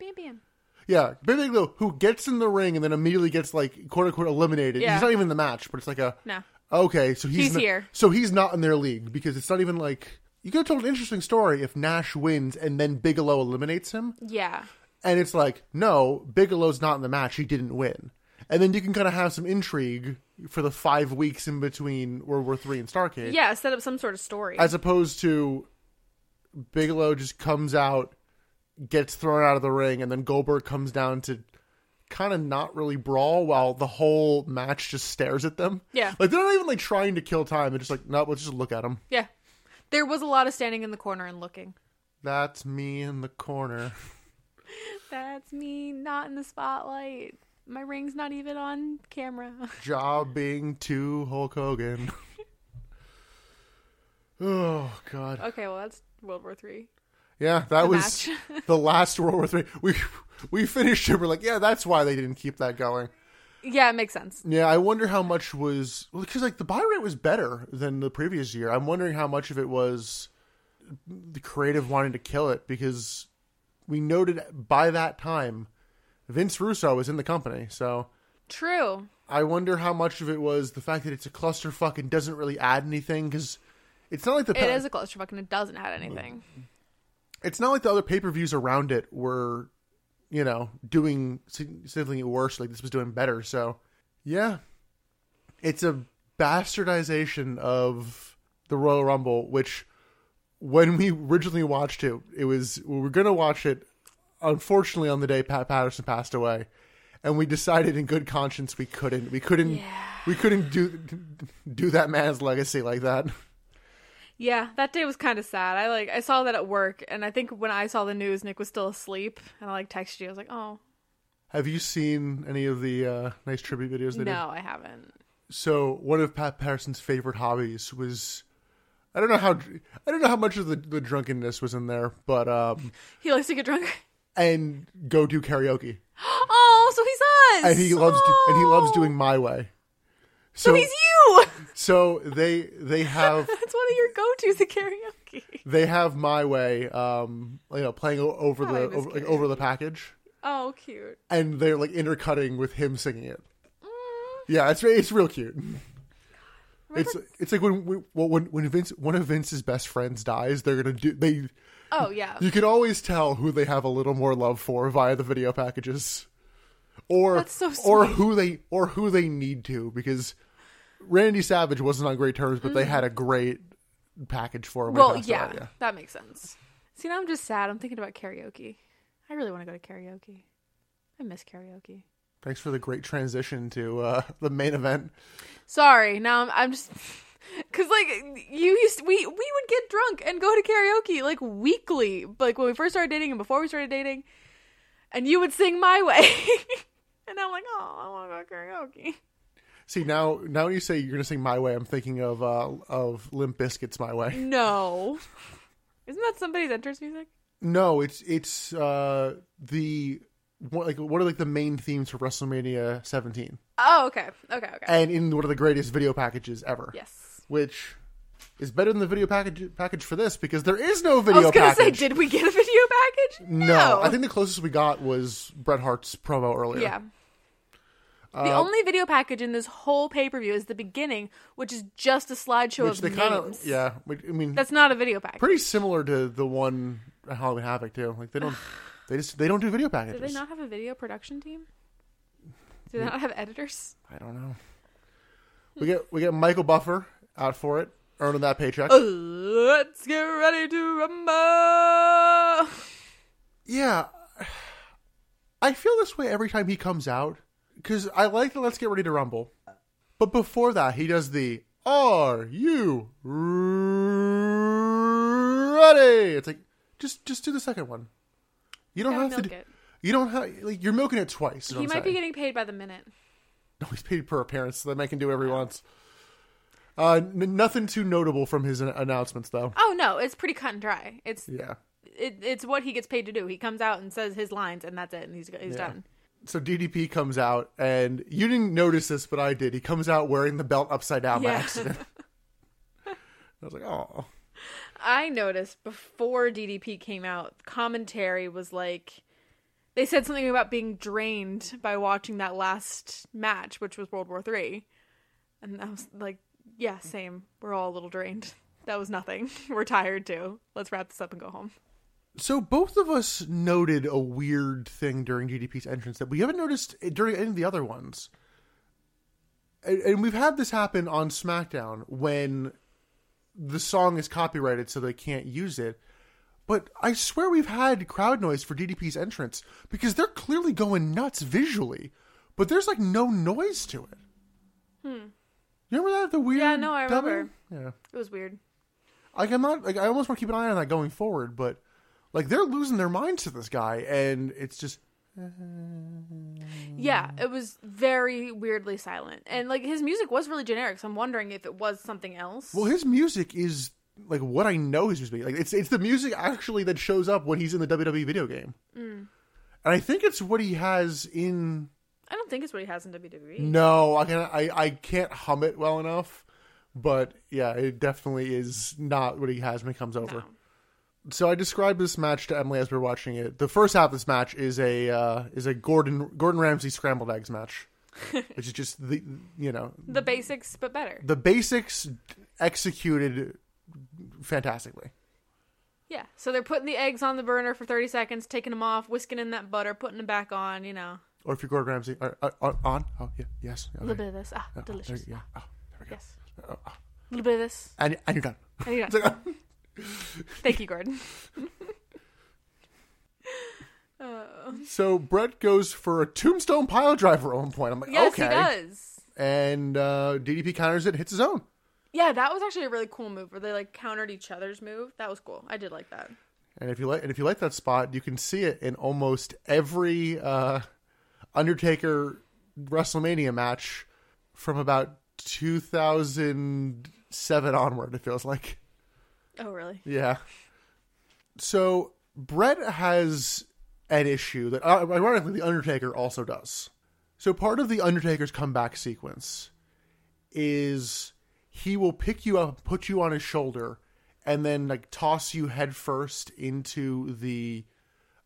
A: Bam bam.
B: Yeah, Bam Bam Bigelow, who gets in the ring and then immediately gets like quote unquote eliminated.
A: Yeah.
B: He's not even in the match, but it's like a
A: No.
B: okay, so he's,
A: He's
B: in the-
A: here.
B: So he's not in their league because it's not even like you could have told an interesting story if Nash wins and then Bigelow eliminates him.
A: Yeah.
B: and it's like, no, Bigelow's not in the match. He didn't win. And then you can kind of have some intrigue for the five weeks in between World War Three and Starcade,
A: Yeah, set up some sort of story.
B: as opposed to Bigelow just comes out, gets thrown out of the ring, and then Goldberg comes down to kind of not really brawl while the whole match just stares at them.
A: Yeah.
B: like they're not even like trying to kill time. They're just like, no, let's just look at them.
A: yeah. There was a lot of standing in the corner and looking.
B: That's me in the corner.
A: That's me not in the spotlight. My ring's not even on camera.
B: jobbing to Hulk Hogan. oh God!
A: okay, well that's World War Three.
B: Yeah, that was the last World War Three. We we finished it. We're like, yeah, that's why they didn't keep that going.
A: Yeah, it makes sense.
B: Yeah, I wonder how much was because like the buy rate was better than the previous year. I'm wondering how much of it was the creative wanting to kill it because we noted by that time Vince Russo was in the company, so
A: True.
B: I wonder how much of it was the fact that it's a clusterfuck and doesn't really add anything because it's not like the
A: It is a clusterfuck and it doesn't add anything.
B: it's not like the other pay per views around it were, you know, doing sig- significantly worse. Like this was doing better. So yeah, it's a bastardization of the Royal Rumble, which when we originally watched it, it was we were gonna watch it. Unfortunately, on the day Pat Patterson passed away, and we decided in good conscience we couldn't. We couldn't. We couldn't do do that man's legacy like that.
A: Yeah, that day was kind of sad. I like I saw that at work, and I think when I saw the news, Nick was still asleep, and I like texted you. I was like, "Oh
B: Have you seen any of the uh, nice tribute videos? They did?
A: no, I haven't."
B: So one of Pat Patterson's favorite hobbies was I don't know how I don't know how much of the, the drunkenness was in there, but um
A: He likes to get drunk.
B: and go do karaoke.
A: Oh, so he's us.
B: And he loves do, and he loves
A: Oh,
B: doing my way. So
A: So he's you.
B: so they they have
A: That's one of your go-tos at karaoke.
B: they have my way um you know playing o- over the
A: I miss
B: over, like, over the package
A: Oh, cute.
B: and they're like intercutting with him singing it.
A: Mm.
B: Yeah, it's re- it's real cute. It's it's like when when- well, when when Vince one of Vince's best friends dies, they're gonna do they
A: Oh yeah.
B: You can always tell who they have a little more love for via the video packages, or
A: That's so
B: or
A: sweet.
B: who they or who they need to because Randy Savage wasn't on great terms, but they had a great package for him. when he
A: Well,
B: passed
A: yeah,
B: away,
A: that makes sense. See, now I'm just sad. I'm thinking about karaoke. I really want to go to karaoke. I miss karaoke.
B: Thanks for the great transition to uh, the main event.
A: Sorry, now I'm, I'm just because like you used we we would get drunk and go to karaoke like weekly, like when we first started dating and before we started dating, and you would sing my way, and I'm like, oh, I want to go karaoke.
B: See now, now when you say you're gonna sing "My Way," I'm thinking of uh, of Limp Bizkit's "My Way."
A: No, isn't that somebody's entrance music?
B: No, it's it's uh, the one, like one of like the main themes for WrestleMania 17,
A: Oh, okay, okay, okay.
B: and in one of the greatest video packages ever.
A: Yes.
B: which is better than the video package package for this because there is no
A: I
B: video
A: was gonna
B: package.
A: say, did we get a video package?
B: no. I think the closest we got was Bret Hart's promo earlier.
A: Yeah.
B: Uh,
A: The only video package in this whole pay per view is the beginning, which is just a slideshow
B: which
A: of
B: they
A: names.
B: kind of yeah. which- I mean,
A: That's not a video package.
B: pretty similar to the one at Halloween Havoc too. Like they don't, they just they don't do video packages.
A: Do they not have a video production team? Do
B: Mm.
A: they not have editors?
B: I don't know. We get we get Michael Buffer out for it, earning that
A: Oh,
B: paycheck.
A: Uh, Let's get ready to rumble.
B: Yeah. I feel this way every time he comes out because I like the Let's Get Ready to Rumble. But before that, he does the Are you ready? It's like just just do the second one. You don't
A: Gotta
B: have to.
A: milk
B: do-
A: it.
B: You don't have like you're milking it twice.
A: He might be getting paid by the minute.
B: no, he's paid per appearance, so they make him do whatever he wants. Uh, n- nothing too notable from his an- announcements, though.
A: Oh no, it's pretty cut and dry. It's
B: Yeah.
A: it, it's what he gets paid to do. He comes out and says his lines, and that's it, and he's he's done.
B: so DDP comes out, and you didn't notice this, but I did. He comes out wearing the belt upside down by
A: Yeah.
B: accident. I was like, oh,
A: I noticed before DDP came out, commentary was like they said something about being drained by watching that last match, which was World War Three, and I was like, yeah, same. We're all a little drained. That was nothing. We're tired too. Let's wrap this up and go home.
B: So both of us noted a weird thing during GDP's entrance that we haven't noticed during any of the other ones. And, and we've had this happen on SmackDown when the song is copyrighted so they can't use it. But I swear we've had crowd noise for DDP's entrance because they're clearly going nuts visually, but there's like no noise to it. Hmm. You remember that the weird?
A: Yeah, no, I
B: dubbing?
A: remember.
B: Yeah
A: It was weird.
B: like I'm not like I almost want to keep an eye on that going forward, but like they're losing their minds to this guy, and it's just
A: Yeah, it was very weirdly silent, and like his music was really generic. So I'm wondering if it was something else.
B: well, his music is like what I know his music. Like it's it's the music actually that shows up when he's in the WWE video game, and I think it's what he has in.
A: I don't think it's what he has in E. WWE.
B: No, I can I I can't hum it well enough, but yeah, it definitely is not what he has when he comes over.
A: No.
B: so I described this match to Emily as we were watching it. The first half of this match is a uh, is a Gordon Gordon Ramsay scrambled eggs match, which is just the you know
A: The basics, but better.
B: the basics executed fantastically.
A: Yeah. So they're putting the eggs on the burner for 30 seconds, taking them off, whisking in that butter, putting them back on, you know.
B: Or if you're Gordon Ramsay, or, or, or on oh yeah yes
A: A
B: okay.
A: little bit of this. Ah,
B: Oh, there
A: delicious.
B: you- yeah. Oh, there we go.
A: Yes. A
B: Uh-uh.
A: little bit of this.
B: And and you're done.
A: And you're
B: It's
A: done.
B: like,
A: Thank you, Gordon. Oh.
B: so Brett goes for a tombstone pile driver at one point. I'm like
A: Yes,
B: okay,
A: he does.
B: and uh, DDP counters it, hits his own.
A: Yeah, that was actually a really cool move where they like countered each other's move. That was cool. I did like that.
B: And if you like, and if you like that spot, you can see it in almost every uh, Undertaker WrestleMania match from about 2007 onward. It feels like,
A: Oh, really?
B: yeah. So Brett has an issue that, uh, ironically, the Undertaker also does. So part of the Undertaker's comeback sequence is he will pick you up, put you on his shoulder, and then like toss you headfirst into the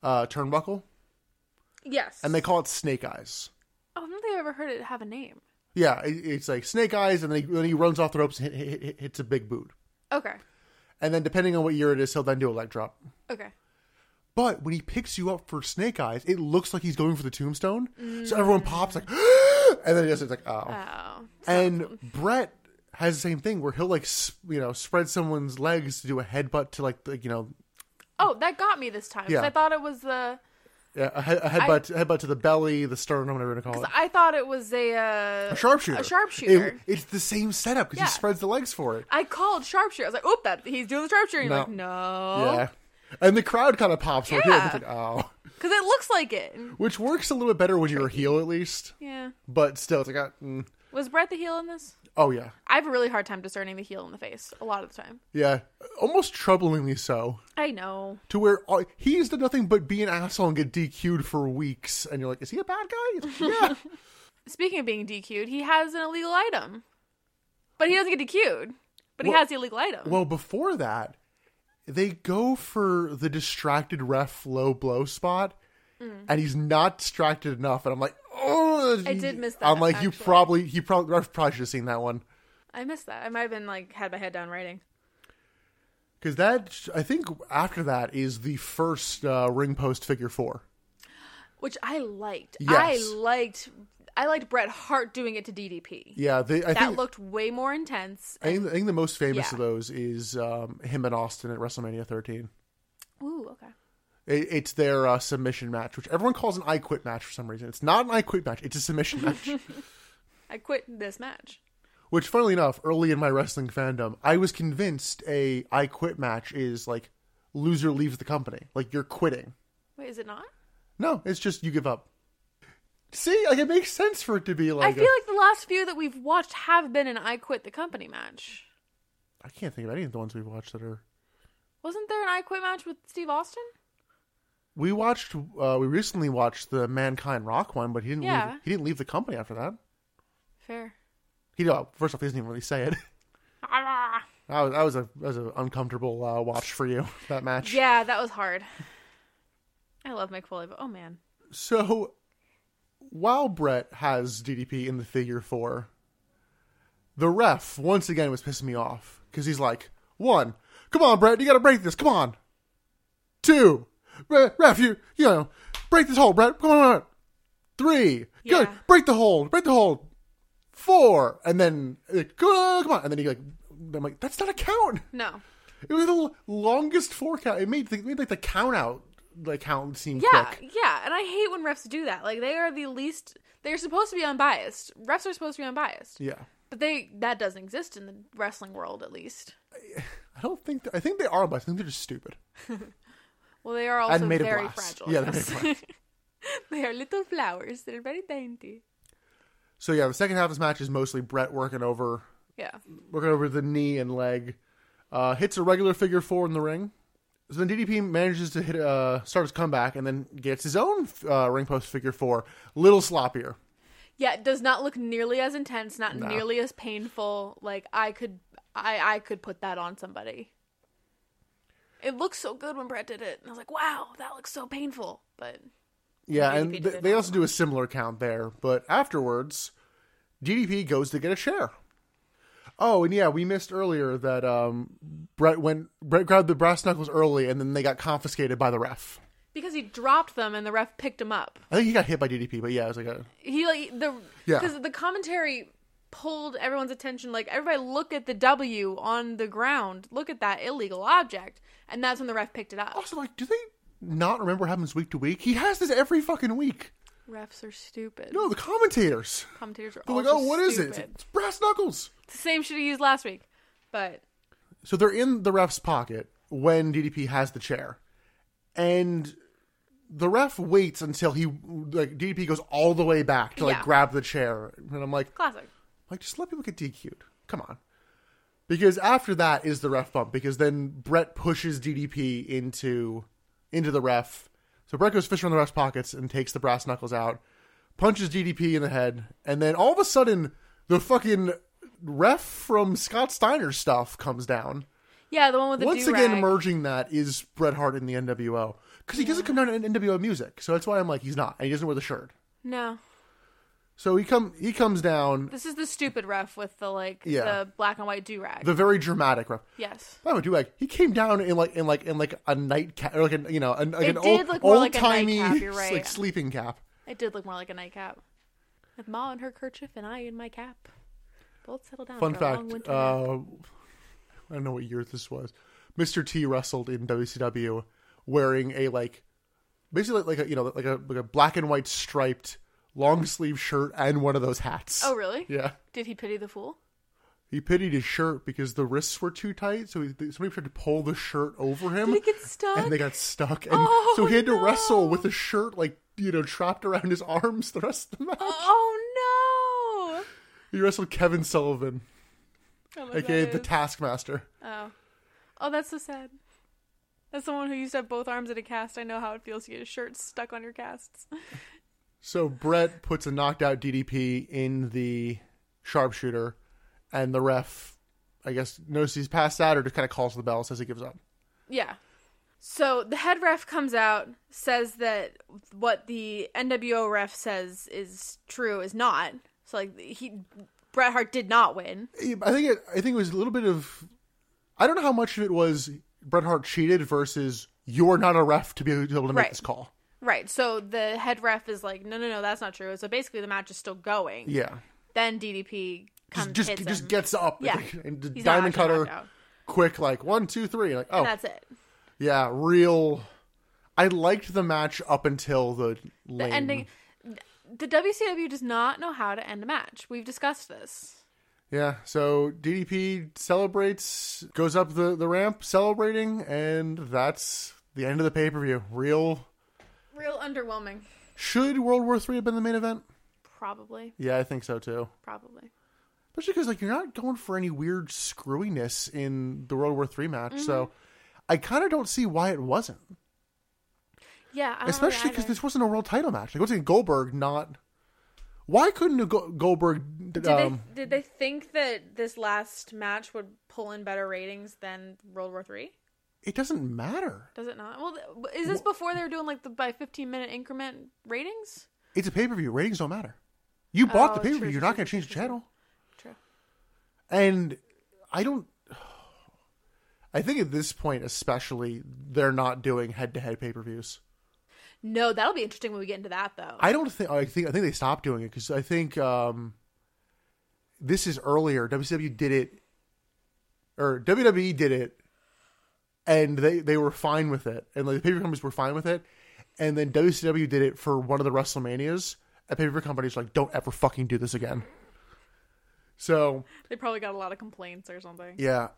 B: uh, turnbuckle.
A: Yes.
B: And they call it snake eyes.
A: oh, I don't think I ever heard it have a name.
B: Yeah, it, it's like snake eyes, and then he, then he runs off the ropes and hit, hit, hit, hits a big boot.
A: Okay. and
B: And then depending on what year it is, he'll then do a leg drop.
A: Okay.
B: But when he picks you up for snake eyes, it looks like he's going for the tombstone.
A: Mm.
B: So everyone pops like, and then he does it it's like, oh.
A: Oh.
B: And Brett has the same thing where he'll like s- you know spread someone's legs to do a headbutt to like the, you know
A: Oh, that got me this time. 'cause
B: Yeah.
A: I thought it was the
B: Yeah, a, he- a headbutt, a headbutt to the belly, the sternum, whatever you want to call it.
A: I thought it was a, uh,
B: A sharpshooter.
A: A sharpshooter.
B: It- it's the same setup because
A: Yeah.
B: he spreads the legs for it.
A: I called sharpshooter. I was like, "Oop, that he's doing the sharpshooter." And You're
B: No.
A: like, "No,"
B: Yeah. And the crowd kind of pops with
A: Oh. Yeah.
B: it. It's like, oh.
A: because it looks like it. And-
B: Which works a little bit better when you're a heel, at least.
A: yeah.
B: But still, it's like, ah, mm.
A: Was Brett the heel in this?
B: oh, yeah.
A: I have a really hard time discerning the heel and the face a lot of the time.
B: Yeah. Almost troublingly so.
A: I know.
B: To where all, he's done nothing but be an asshole and get DQ'd for weeks. And you're like, is he a bad guy? It's like, yeah.
A: Speaking of being DQ'd, he has an illegal item, but he doesn't get DQ'd. But he
B: Well-
A: has the illegal item.
B: well, before that, they go for the distracted ref low blow spot. And he's not distracted enough, and I'm like, oh!
A: Mm. I did miss that,
B: I'm like, you
A: actually.
B: probably, he probably, ref probably should have seen that one.
A: I missed that. I might have been like had my head down writing.
B: Because that, I think, after that is the first uh, ring post figure four.
A: which I liked. I
B: Yes.
A: liked. I liked Bret Hart doing it to DDP.
B: Yeah, they, I,
A: that
B: think,
A: looked way more intense.
B: I think I think the most famous
A: Yeah.
B: of those is um, him and Austin at WrestleMania 13.
A: Ooh, okay.
B: It, it's their uh, submission match, which everyone calls an I Quit match for some reason. It's not an I Quit match; it's a submission match.
A: I quit this match.
B: which, funnily enough, early in my wrestling fandom, I was convinced a I Quit match is like loser leaves the company, like you're quitting.
A: Wait, is it not?
B: No, it's just you give up. See, like it makes sense for it to be like
A: I feel like the last few that we've watched have been an I quit the company match.
B: I can't think of any of the ones we've watched that are.
A: Wasn't there an I quit match with Steve Austin?
B: We watched. Uh, we recently watched the Mankind Rock one, but he didn't.
A: Yeah.
B: Leave, he didn't leave the company after that.
A: Fair.
B: He uh, first off, he doesn't even really say it.
A: Ah.
B: That was, that was a that was an uncomfortable uh, watch for you that match.
A: Yeah, that was hard. I love Mick Foley, but oh man,
B: So while Brett has DDP in the figure four, the ref once again was pissing me off because he's like, one, come on, Brett, you got to break this. Come on. Two, Brett, ref, you you know, break this hold, Brett. Come on. Three, good,
A: Yeah.
B: break the hold, break the hold. Four, and then like, come on, come on, and then he like, I'm like, that's not a count.
A: no.
B: It was the l- longest four count. It made, it made like the count out like count seem
A: Yeah,
B: quick.
A: yeah, and I hate when refs do that. Like they are the least. They're supposed to be unbiased. Refs are supposed to be unbiased.
B: Yeah.
A: But they that doesn't exist in the wrestling world, at least.
B: I don't think th- I think they are, but I think they're just stupid.
A: Well, they are also
B: and made
A: very
B: of glass.
A: fragile.
B: Yeah, they're made
A: yes.
B: of glass.
A: they are little flowers. They're very dainty.
B: so yeah, the second half of this match is mostly Brett working over
A: Yeah,
B: working over the knee and leg. Uh, hits a regular figure four in the ring. So then DDP manages to hit uh, start his comeback and then gets his own uh, ring post figure four, little sloppier.
A: yeah. It does not look nearly as intense. Not nearly as painful. Like I could, I I could put that on somebody. It looked so good when Brett did it, and I was like, "Wow, that looks so painful." But
B: Yeah,
A: DDP
B: and
A: did
B: th-
A: it
B: they
A: on
B: also do a similar count there, but afterwards, DDP goes to get a chair. Oh, and yeah, we missed earlier that um, Brett went Brett grabbed the brass knuckles early, and then they got confiscated by the ref.
A: because he dropped them, and the ref picked him up.
B: I think he got hit by DDP, but yeah, it was like a
A: he like the
B: Yeah.
A: because the commentary pulled everyone's attention like everybody look at the w on the ground look at that illegal object and that's when the ref picked it up
B: also like, do they not remember what happens week to week? He has this every fucking week.
A: refs are stupid
B: No, the commentators.
A: commentators are
B: They're like,
A: also
B: oh, what is
A: stupid.
B: it? It's brass knuckles.
A: it's the same shit he used last week but
B: So they're in the ref's pocket when DDP has the chair, and the ref waits until he like DDP goes all the way back to like
A: Yeah.
B: grab the chair, and I'm like,
A: classic
B: like just let people get DQ'd. Come on, because after that is the ref bump. Because then Brett pushes DDP into into the ref. So Brett goes fishing in the ref's pockets and takes the brass knuckles out, punches DDP in the head, and then all of a sudden the fucking ref from Scott Steiner stuff comes down.
A: yeah the one with the
B: Once
A: do-rag.
B: again, merging that is Bret Hart in the NWO because he doesn't come down in NWO music, so that's why I'm like he's not, and he doesn't wear the shirt.
A: no
B: So he come he comes down
A: this is the stupid ref with the like
B: Yeah.
A: the black and white do-rag
B: the very dramatic ref.
A: yes
B: I would do like he came down in like in like in like a nightcap or like an you know an, like
A: It
B: an
A: did
B: old
A: look more
B: old
A: like a
B: timey
A: nightcap, you're right.
B: like sleeping cap.
A: it did look more like a nightcap with ma in her kerchief and i in my cap both settle down
B: Fun
A: for a long
B: fact:
A: winter
B: uh,
A: nap.
B: I don't know what year this was. Mr. T wrestled in WCW wearing a like basically like a you know like a like a black and white striped long sleeve shirt and one of those hats.
A: Oh, really?
B: Yeah.
A: Did he pity the fool?
B: He pitied his shirt because the wrists were too tight, so he, somebody tried to pull the shirt over him.
A: Did it get stuck?
B: And they got stuck, and
A: Oh,
B: so he had to
A: no.
B: wrestle with a shirt like you know trapped around his arms the rest of the match.
A: Oh
B: He wrestled Kevin Sullivan,
A: no! Oh, my
B: aka the
A: God.
B: Taskmaster.
A: oh, oh, that's so sad. As someone who used to have both arms in a cast, I know how it feels to get a shirt stuck on your casts.
B: So Brett puts a knocked out DDP in the sharpshooter, and the ref, I guess, knows he's passed out or just kind of calls the bell, says he gives up.
A: Yeah. So the head ref comes out, says that what the NWO ref says is true is not. So like he Bret Hart did not win.
B: I think it. I think it was a little bit of. I don't know how much of it was Bret Hart cheated versus you're not a ref to be able to make
A: Right.
B: this call.
A: Right. So the head ref is like, no, no, no, that's not true. So basically, the match is still going.
B: Yeah,
A: Then DDP
B: just
A: comes
B: just,
A: hits him.
B: just gets up.
A: Yeah.
B: and the
A: He's not
B: diamond
A: actually knocked
B: cutter,
A: out.
B: quick like one two three. Like oh
A: And that's it.
B: yeah, real. I liked the match up until the, lame.
A: ending. The WCW does not know how to end a match. We've discussed this.
B: Yeah, so DDP celebrates, goes up the, the ramp celebrating, and that's the end of the pay per view. Real.
A: Real underwhelming.
B: Should World War Three have been the main event?
A: Probably.
B: Yeah, I think so too.
A: Probably.
B: Especially because like you're not going for any weird screwiness in the World War Three match, so
A: Mm-hmm.
B: I kind of don't see why it wasn't.
A: Yeah. I don't
B: Especially
A: because
B: because this wasn't a world title match. Like, what's it Goldberg not? Why couldn't Go- Goldberg? d-
A: Did,
B: Um,
A: they, did they think that this last match would pull in better ratings than World War Three?
B: It doesn't matter.
A: Does it not? Well, th- is this before they were doing like the by fifteen minute increment ratings?
B: It's a pay per view. Ratings don't matter. You bought
A: Oh,
B: the pay per
A: true,
B: view. You're
A: true,
B: not going to
A: true,
B: change the
A: true, true.
B: channel.
A: True.
B: And I don't. I think at this point, especially, they're not doing head to head pay per views.
A: No, that'll be interesting when we get into that though.
B: I don't think. I think. I think they stopped doing it because I think um, this is earlier. WCW did it, or WWE did it, and they they were fine with it, and like the paper companies were fine with it, and then WCW did it for one of the WrestleManias. And paper companies were like, don't ever fucking do this again. So
A: They probably got a lot of complaints or something.
B: yeah.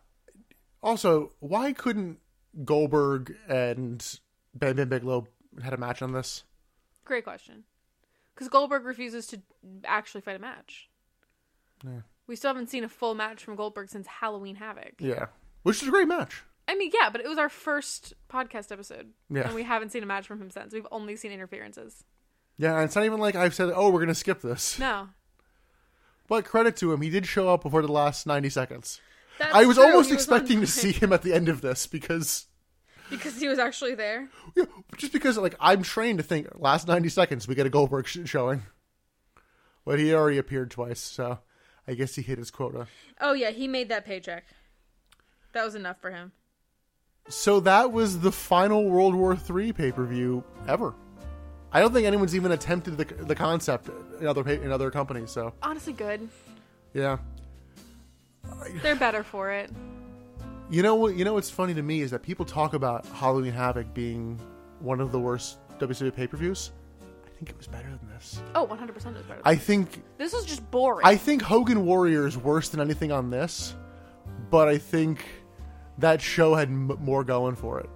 B: Also, why couldn't Goldberg and Bam Bam Bigelow had a match on this?
A: Great question. Because Goldberg refuses to actually fight a match. We still haven't seen a full match from Goldberg since Halloween Havoc.
B: Yeah, which is a great match.
A: I mean, yeah, but it was our first podcast episode.
B: Yeah.
A: And we haven't seen a match from him since. We've only seen interferences.
B: Yeah, and it's not even like I've said, oh, we're going to skip this.
A: No.
B: But credit to him, he did show up before the last 90 seconds.
A: That's
B: I was
A: true,
B: almost
A: he was on
B: expecting
A: time.
B: to see him at the end of this because,
A: Because he was actually there.
B: yeah, just because, like, I'm trained to think last 90 seconds we get a Goldberg sh- showing. But he already appeared twice, so I guess he hit his quota.
A: Oh, yeah, he made that paycheck. That was enough for him.
B: So that was the final World War III pay per view ever. I don't think anyone's even attempted the, the concept in other pa- in other companies. So
A: Honestly, good.
B: yeah,
A: They're better for it.
B: You know what? You know what's funny to me is that people talk about Halloween Havoc being one of the worst WWE pay per views. I think it was better than this.
A: Oh, 100% is better.
B: I think
A: this was just boring.
B: I think Hogan Warrior is worse than anything on this, but I think that show had m- more going for it.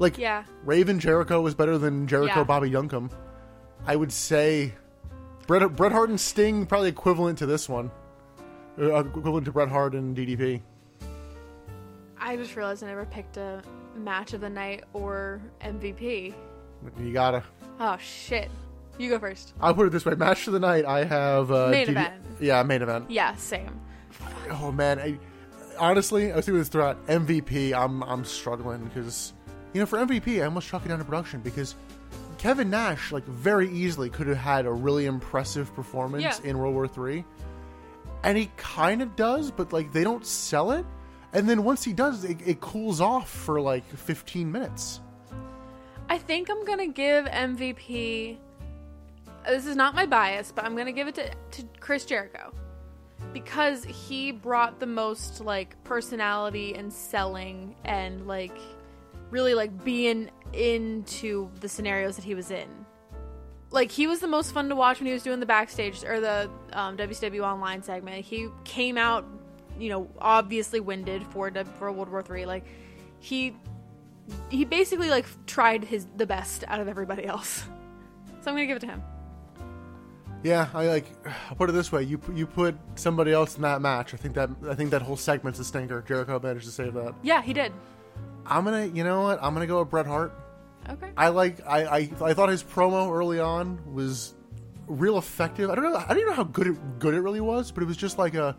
B: Like
A: Yeah.
B: Raven Jericho was better than Jericho
A: Yeah.
B: Bobby Duncombe. I would say Bret, Bret Hart and Sting probably equivalent to this one, uh, equivalent to Bret Hart and DDP.
A: I just realized I never picked a match of the night or MVP.
B: You gotta.
A: Oh, shit. You go first.
B: I'll put it this way: match of the night. I have uh,
A: Main
B: DD
A: event.
B: Yeah, main event.
A: Yeah, same.
B: Oh man, I, honestly, I was thinking this throughout. MVP. I'm I'm struggling because you know for MVP, I almost chalk it down to production because Kevin Nash like very easily could have had a really impressive performance
A: Yeah.
B: in World War Three, and he kind of does, but like they don't sell it. And then once he does, it, it cools off for like 15 minutes.
A: I think I'm gonna give MVP. uh, This is not my bias, but I'm gonna give it to, to Chris Jericho because he brought the most like personality and selling and like really like being into the scenarios that he was in. Like he was the most fun to watch when he was doing the backstage or the um, WCW online segment. He came out, you know, obviously winded for W- for World War Three. Like he he basically like tried his the best out of everybody else. So I'm gonna give it to him.
B: Yeah, I like. I'll put it this way: you pu- you put somebody else in that match. I think that I think that whole segment's a stinker. Jericho managed to save that.
A: Yeah, he did.
B: I'm gonna, you know what? I'm gonna go with Bret Hart.
A: Okay.
B: I like. I I, I thought his promo early on was real effective. I don't know. I don't even know how good it good it really was, but it was just like a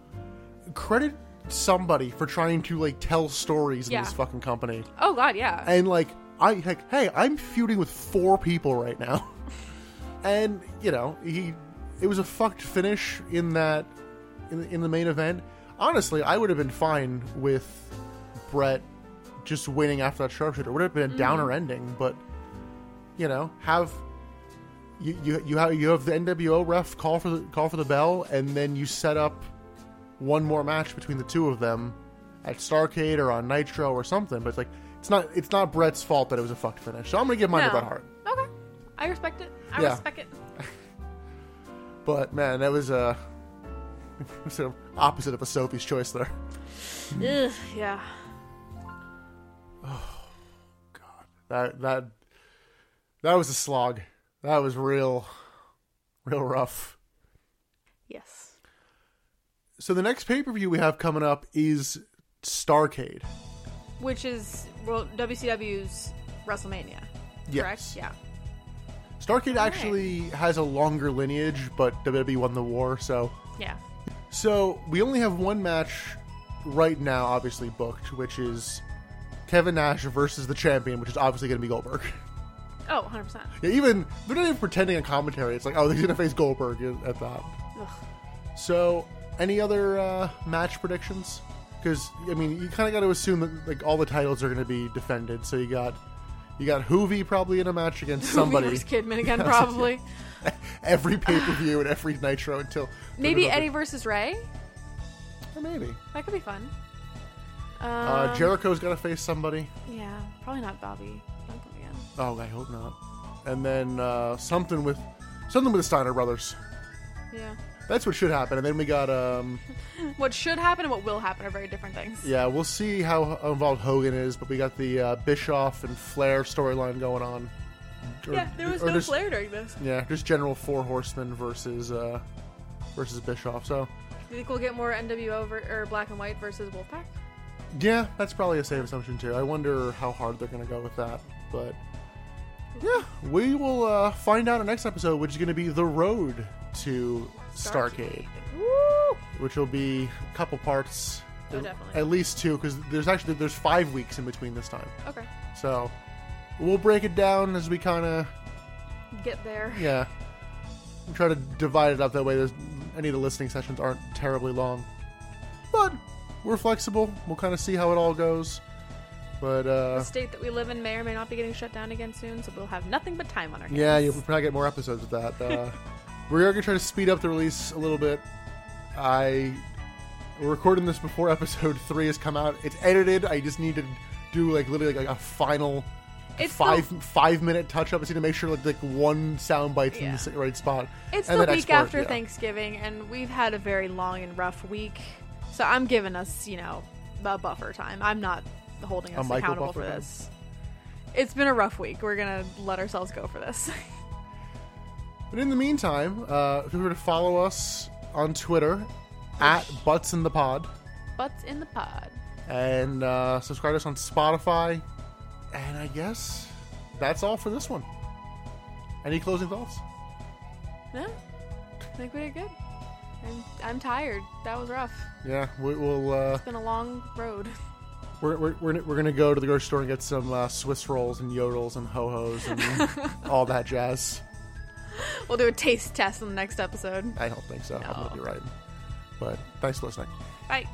B: credit somebody for trying to like tell stories in
A: Yeah.
B: this fucking company.
A: oh God, yeah.
B: And like, I heck, hey, I'm feuding with four people right now, and you know, he it was a fucked finish in that in, in the main event. Honestly, I would have been fine with Brett just winning after that sharpshooter. Would have been a downer ending, but you know, have. You, you, you have you have the NWO ref call for the call for the bell, and then you set up one more match between the two of them at Starcade or on Nitro or something. But it's like it's not it's not Brett's fault that it was a fucked finish. So I'm gonna give mine
A: No.
B: to Bret Hart.
A: Okay. I respect it. I
B: Yeah.
A: respect it.
B: But man, that was a sort of opposite of a Sophie's choice there.
A: Ugh, yeah.
B: That that that was a slog. That was real real rough.
A: Yes.
B: So the next pay per view we have coming up is Starcade.
A: Which is well, WCW's WrestleMania.
B: Yes.
A: Correct? Yeah.
B: Starcade actually has a longer lineage, but WWE won the war, so
A: Yeah.
B: So we only have one match right now, obviously booked, which is Kevin Nash versus the champion, which is obviously going to be Goldberg.
A: Oh, 100%.
B: Yeah, even they're not even pretending on commentary. It's like, oh, they're going to face Goldberg in- at that.
A: Ugh.
B: So, any other uh, match predictions? Because I mean, you kind of got to assume that like all the titles are going to be defended. So you got you got Hoovy probably in a match against somebody
A: Versus Kidman again, probably.
B: every pay per view and every Nitro until
A: Maybe Eddie versus Ray?
B: Or maybe
A: That could be fun. Um,
B: uh, Jericho's got to face somebody.
A: yeah, probably not Bobby Duncan again.
B: Oh, I hope not. And then uh, something with something with the Steiner brothers.
A: Yeah.
B: That's what should happen. And then we got um,
A: What should happen and what will happen are very different things.
B: yeah, we'll see how involved Hogan is, but we got the uh, Bischoff and Flair storyline going on. Or- or just-
A: during this.
B: Yeah, just general four horsemen versus uh, versus Bischoff. So
A: Do you think we'll get more NWO ver- or Black and White versus Wolfpack?
B: yeah, that's probably a safe assumption too. I wonder how hard they're gonna go with that, but yeah, we will uh, find out in the next episode, which is gonna be the road to Starcade.
A: Woo!
B: which will be a couple parts.
A: Oh, definitely.
B: At least two, because there's actually there's five weeks in between this time.
A: Okay.
B: So we'll break it down as we kind of
A: Get there.
B: yeah try to divide it up that way. There's any of the listening sessions aren't terribly long, but we're flexible. We'll kind of see how it all goes. But
A: The
B: uh,
A: state that we live in may or may not be getting shut down again soon, so we'll have nothing but time on our hands.
B: yeah, you'll probably get more episodes of that. Uh, we are gonna try to speed up the release a little bit. I we're recording this before episode three has come out. It's edited. I just need to do like literally like, a final
A: It's
B: five five minute touch up. I just need to make sure like, like one sound bite's in
A: Yeah.
B: the s- right spot.
A: It's
B: And
A: the
B: then
A: week
B: export,
A: after
B: yeah.
A: Thanksgiving, and we've had a very long and rough week. So I'm giving us, you know, a buffer time. I'm not holding us
B: micro
A: accountable
B: buffer
A: for
B: time.
A: this. It's been a rough week. We're going to let ourselves go for this.
B: But in the meantime, uh, if you were to follow us on Twitter at Butts in the Pod
A: Butts in the pod.
B: and uh, subscribe to us on Spotify. And I guess that's all for this one. Any closing thoughts?
A: No? I think we did good. I'm, I'm tired. That was rough.
B: Yeah, we, we'll uh,
A: It's been a long road.
B: we're, we're, we're, we're gonna go to the grocery store and get some uh, Swiss rolls and yodels and ho hos and all that jazz.
A: We'll do a taste test in the next episode.
B: I don't think so. I'm gonna be right. But thanks for listening.
A: Bye.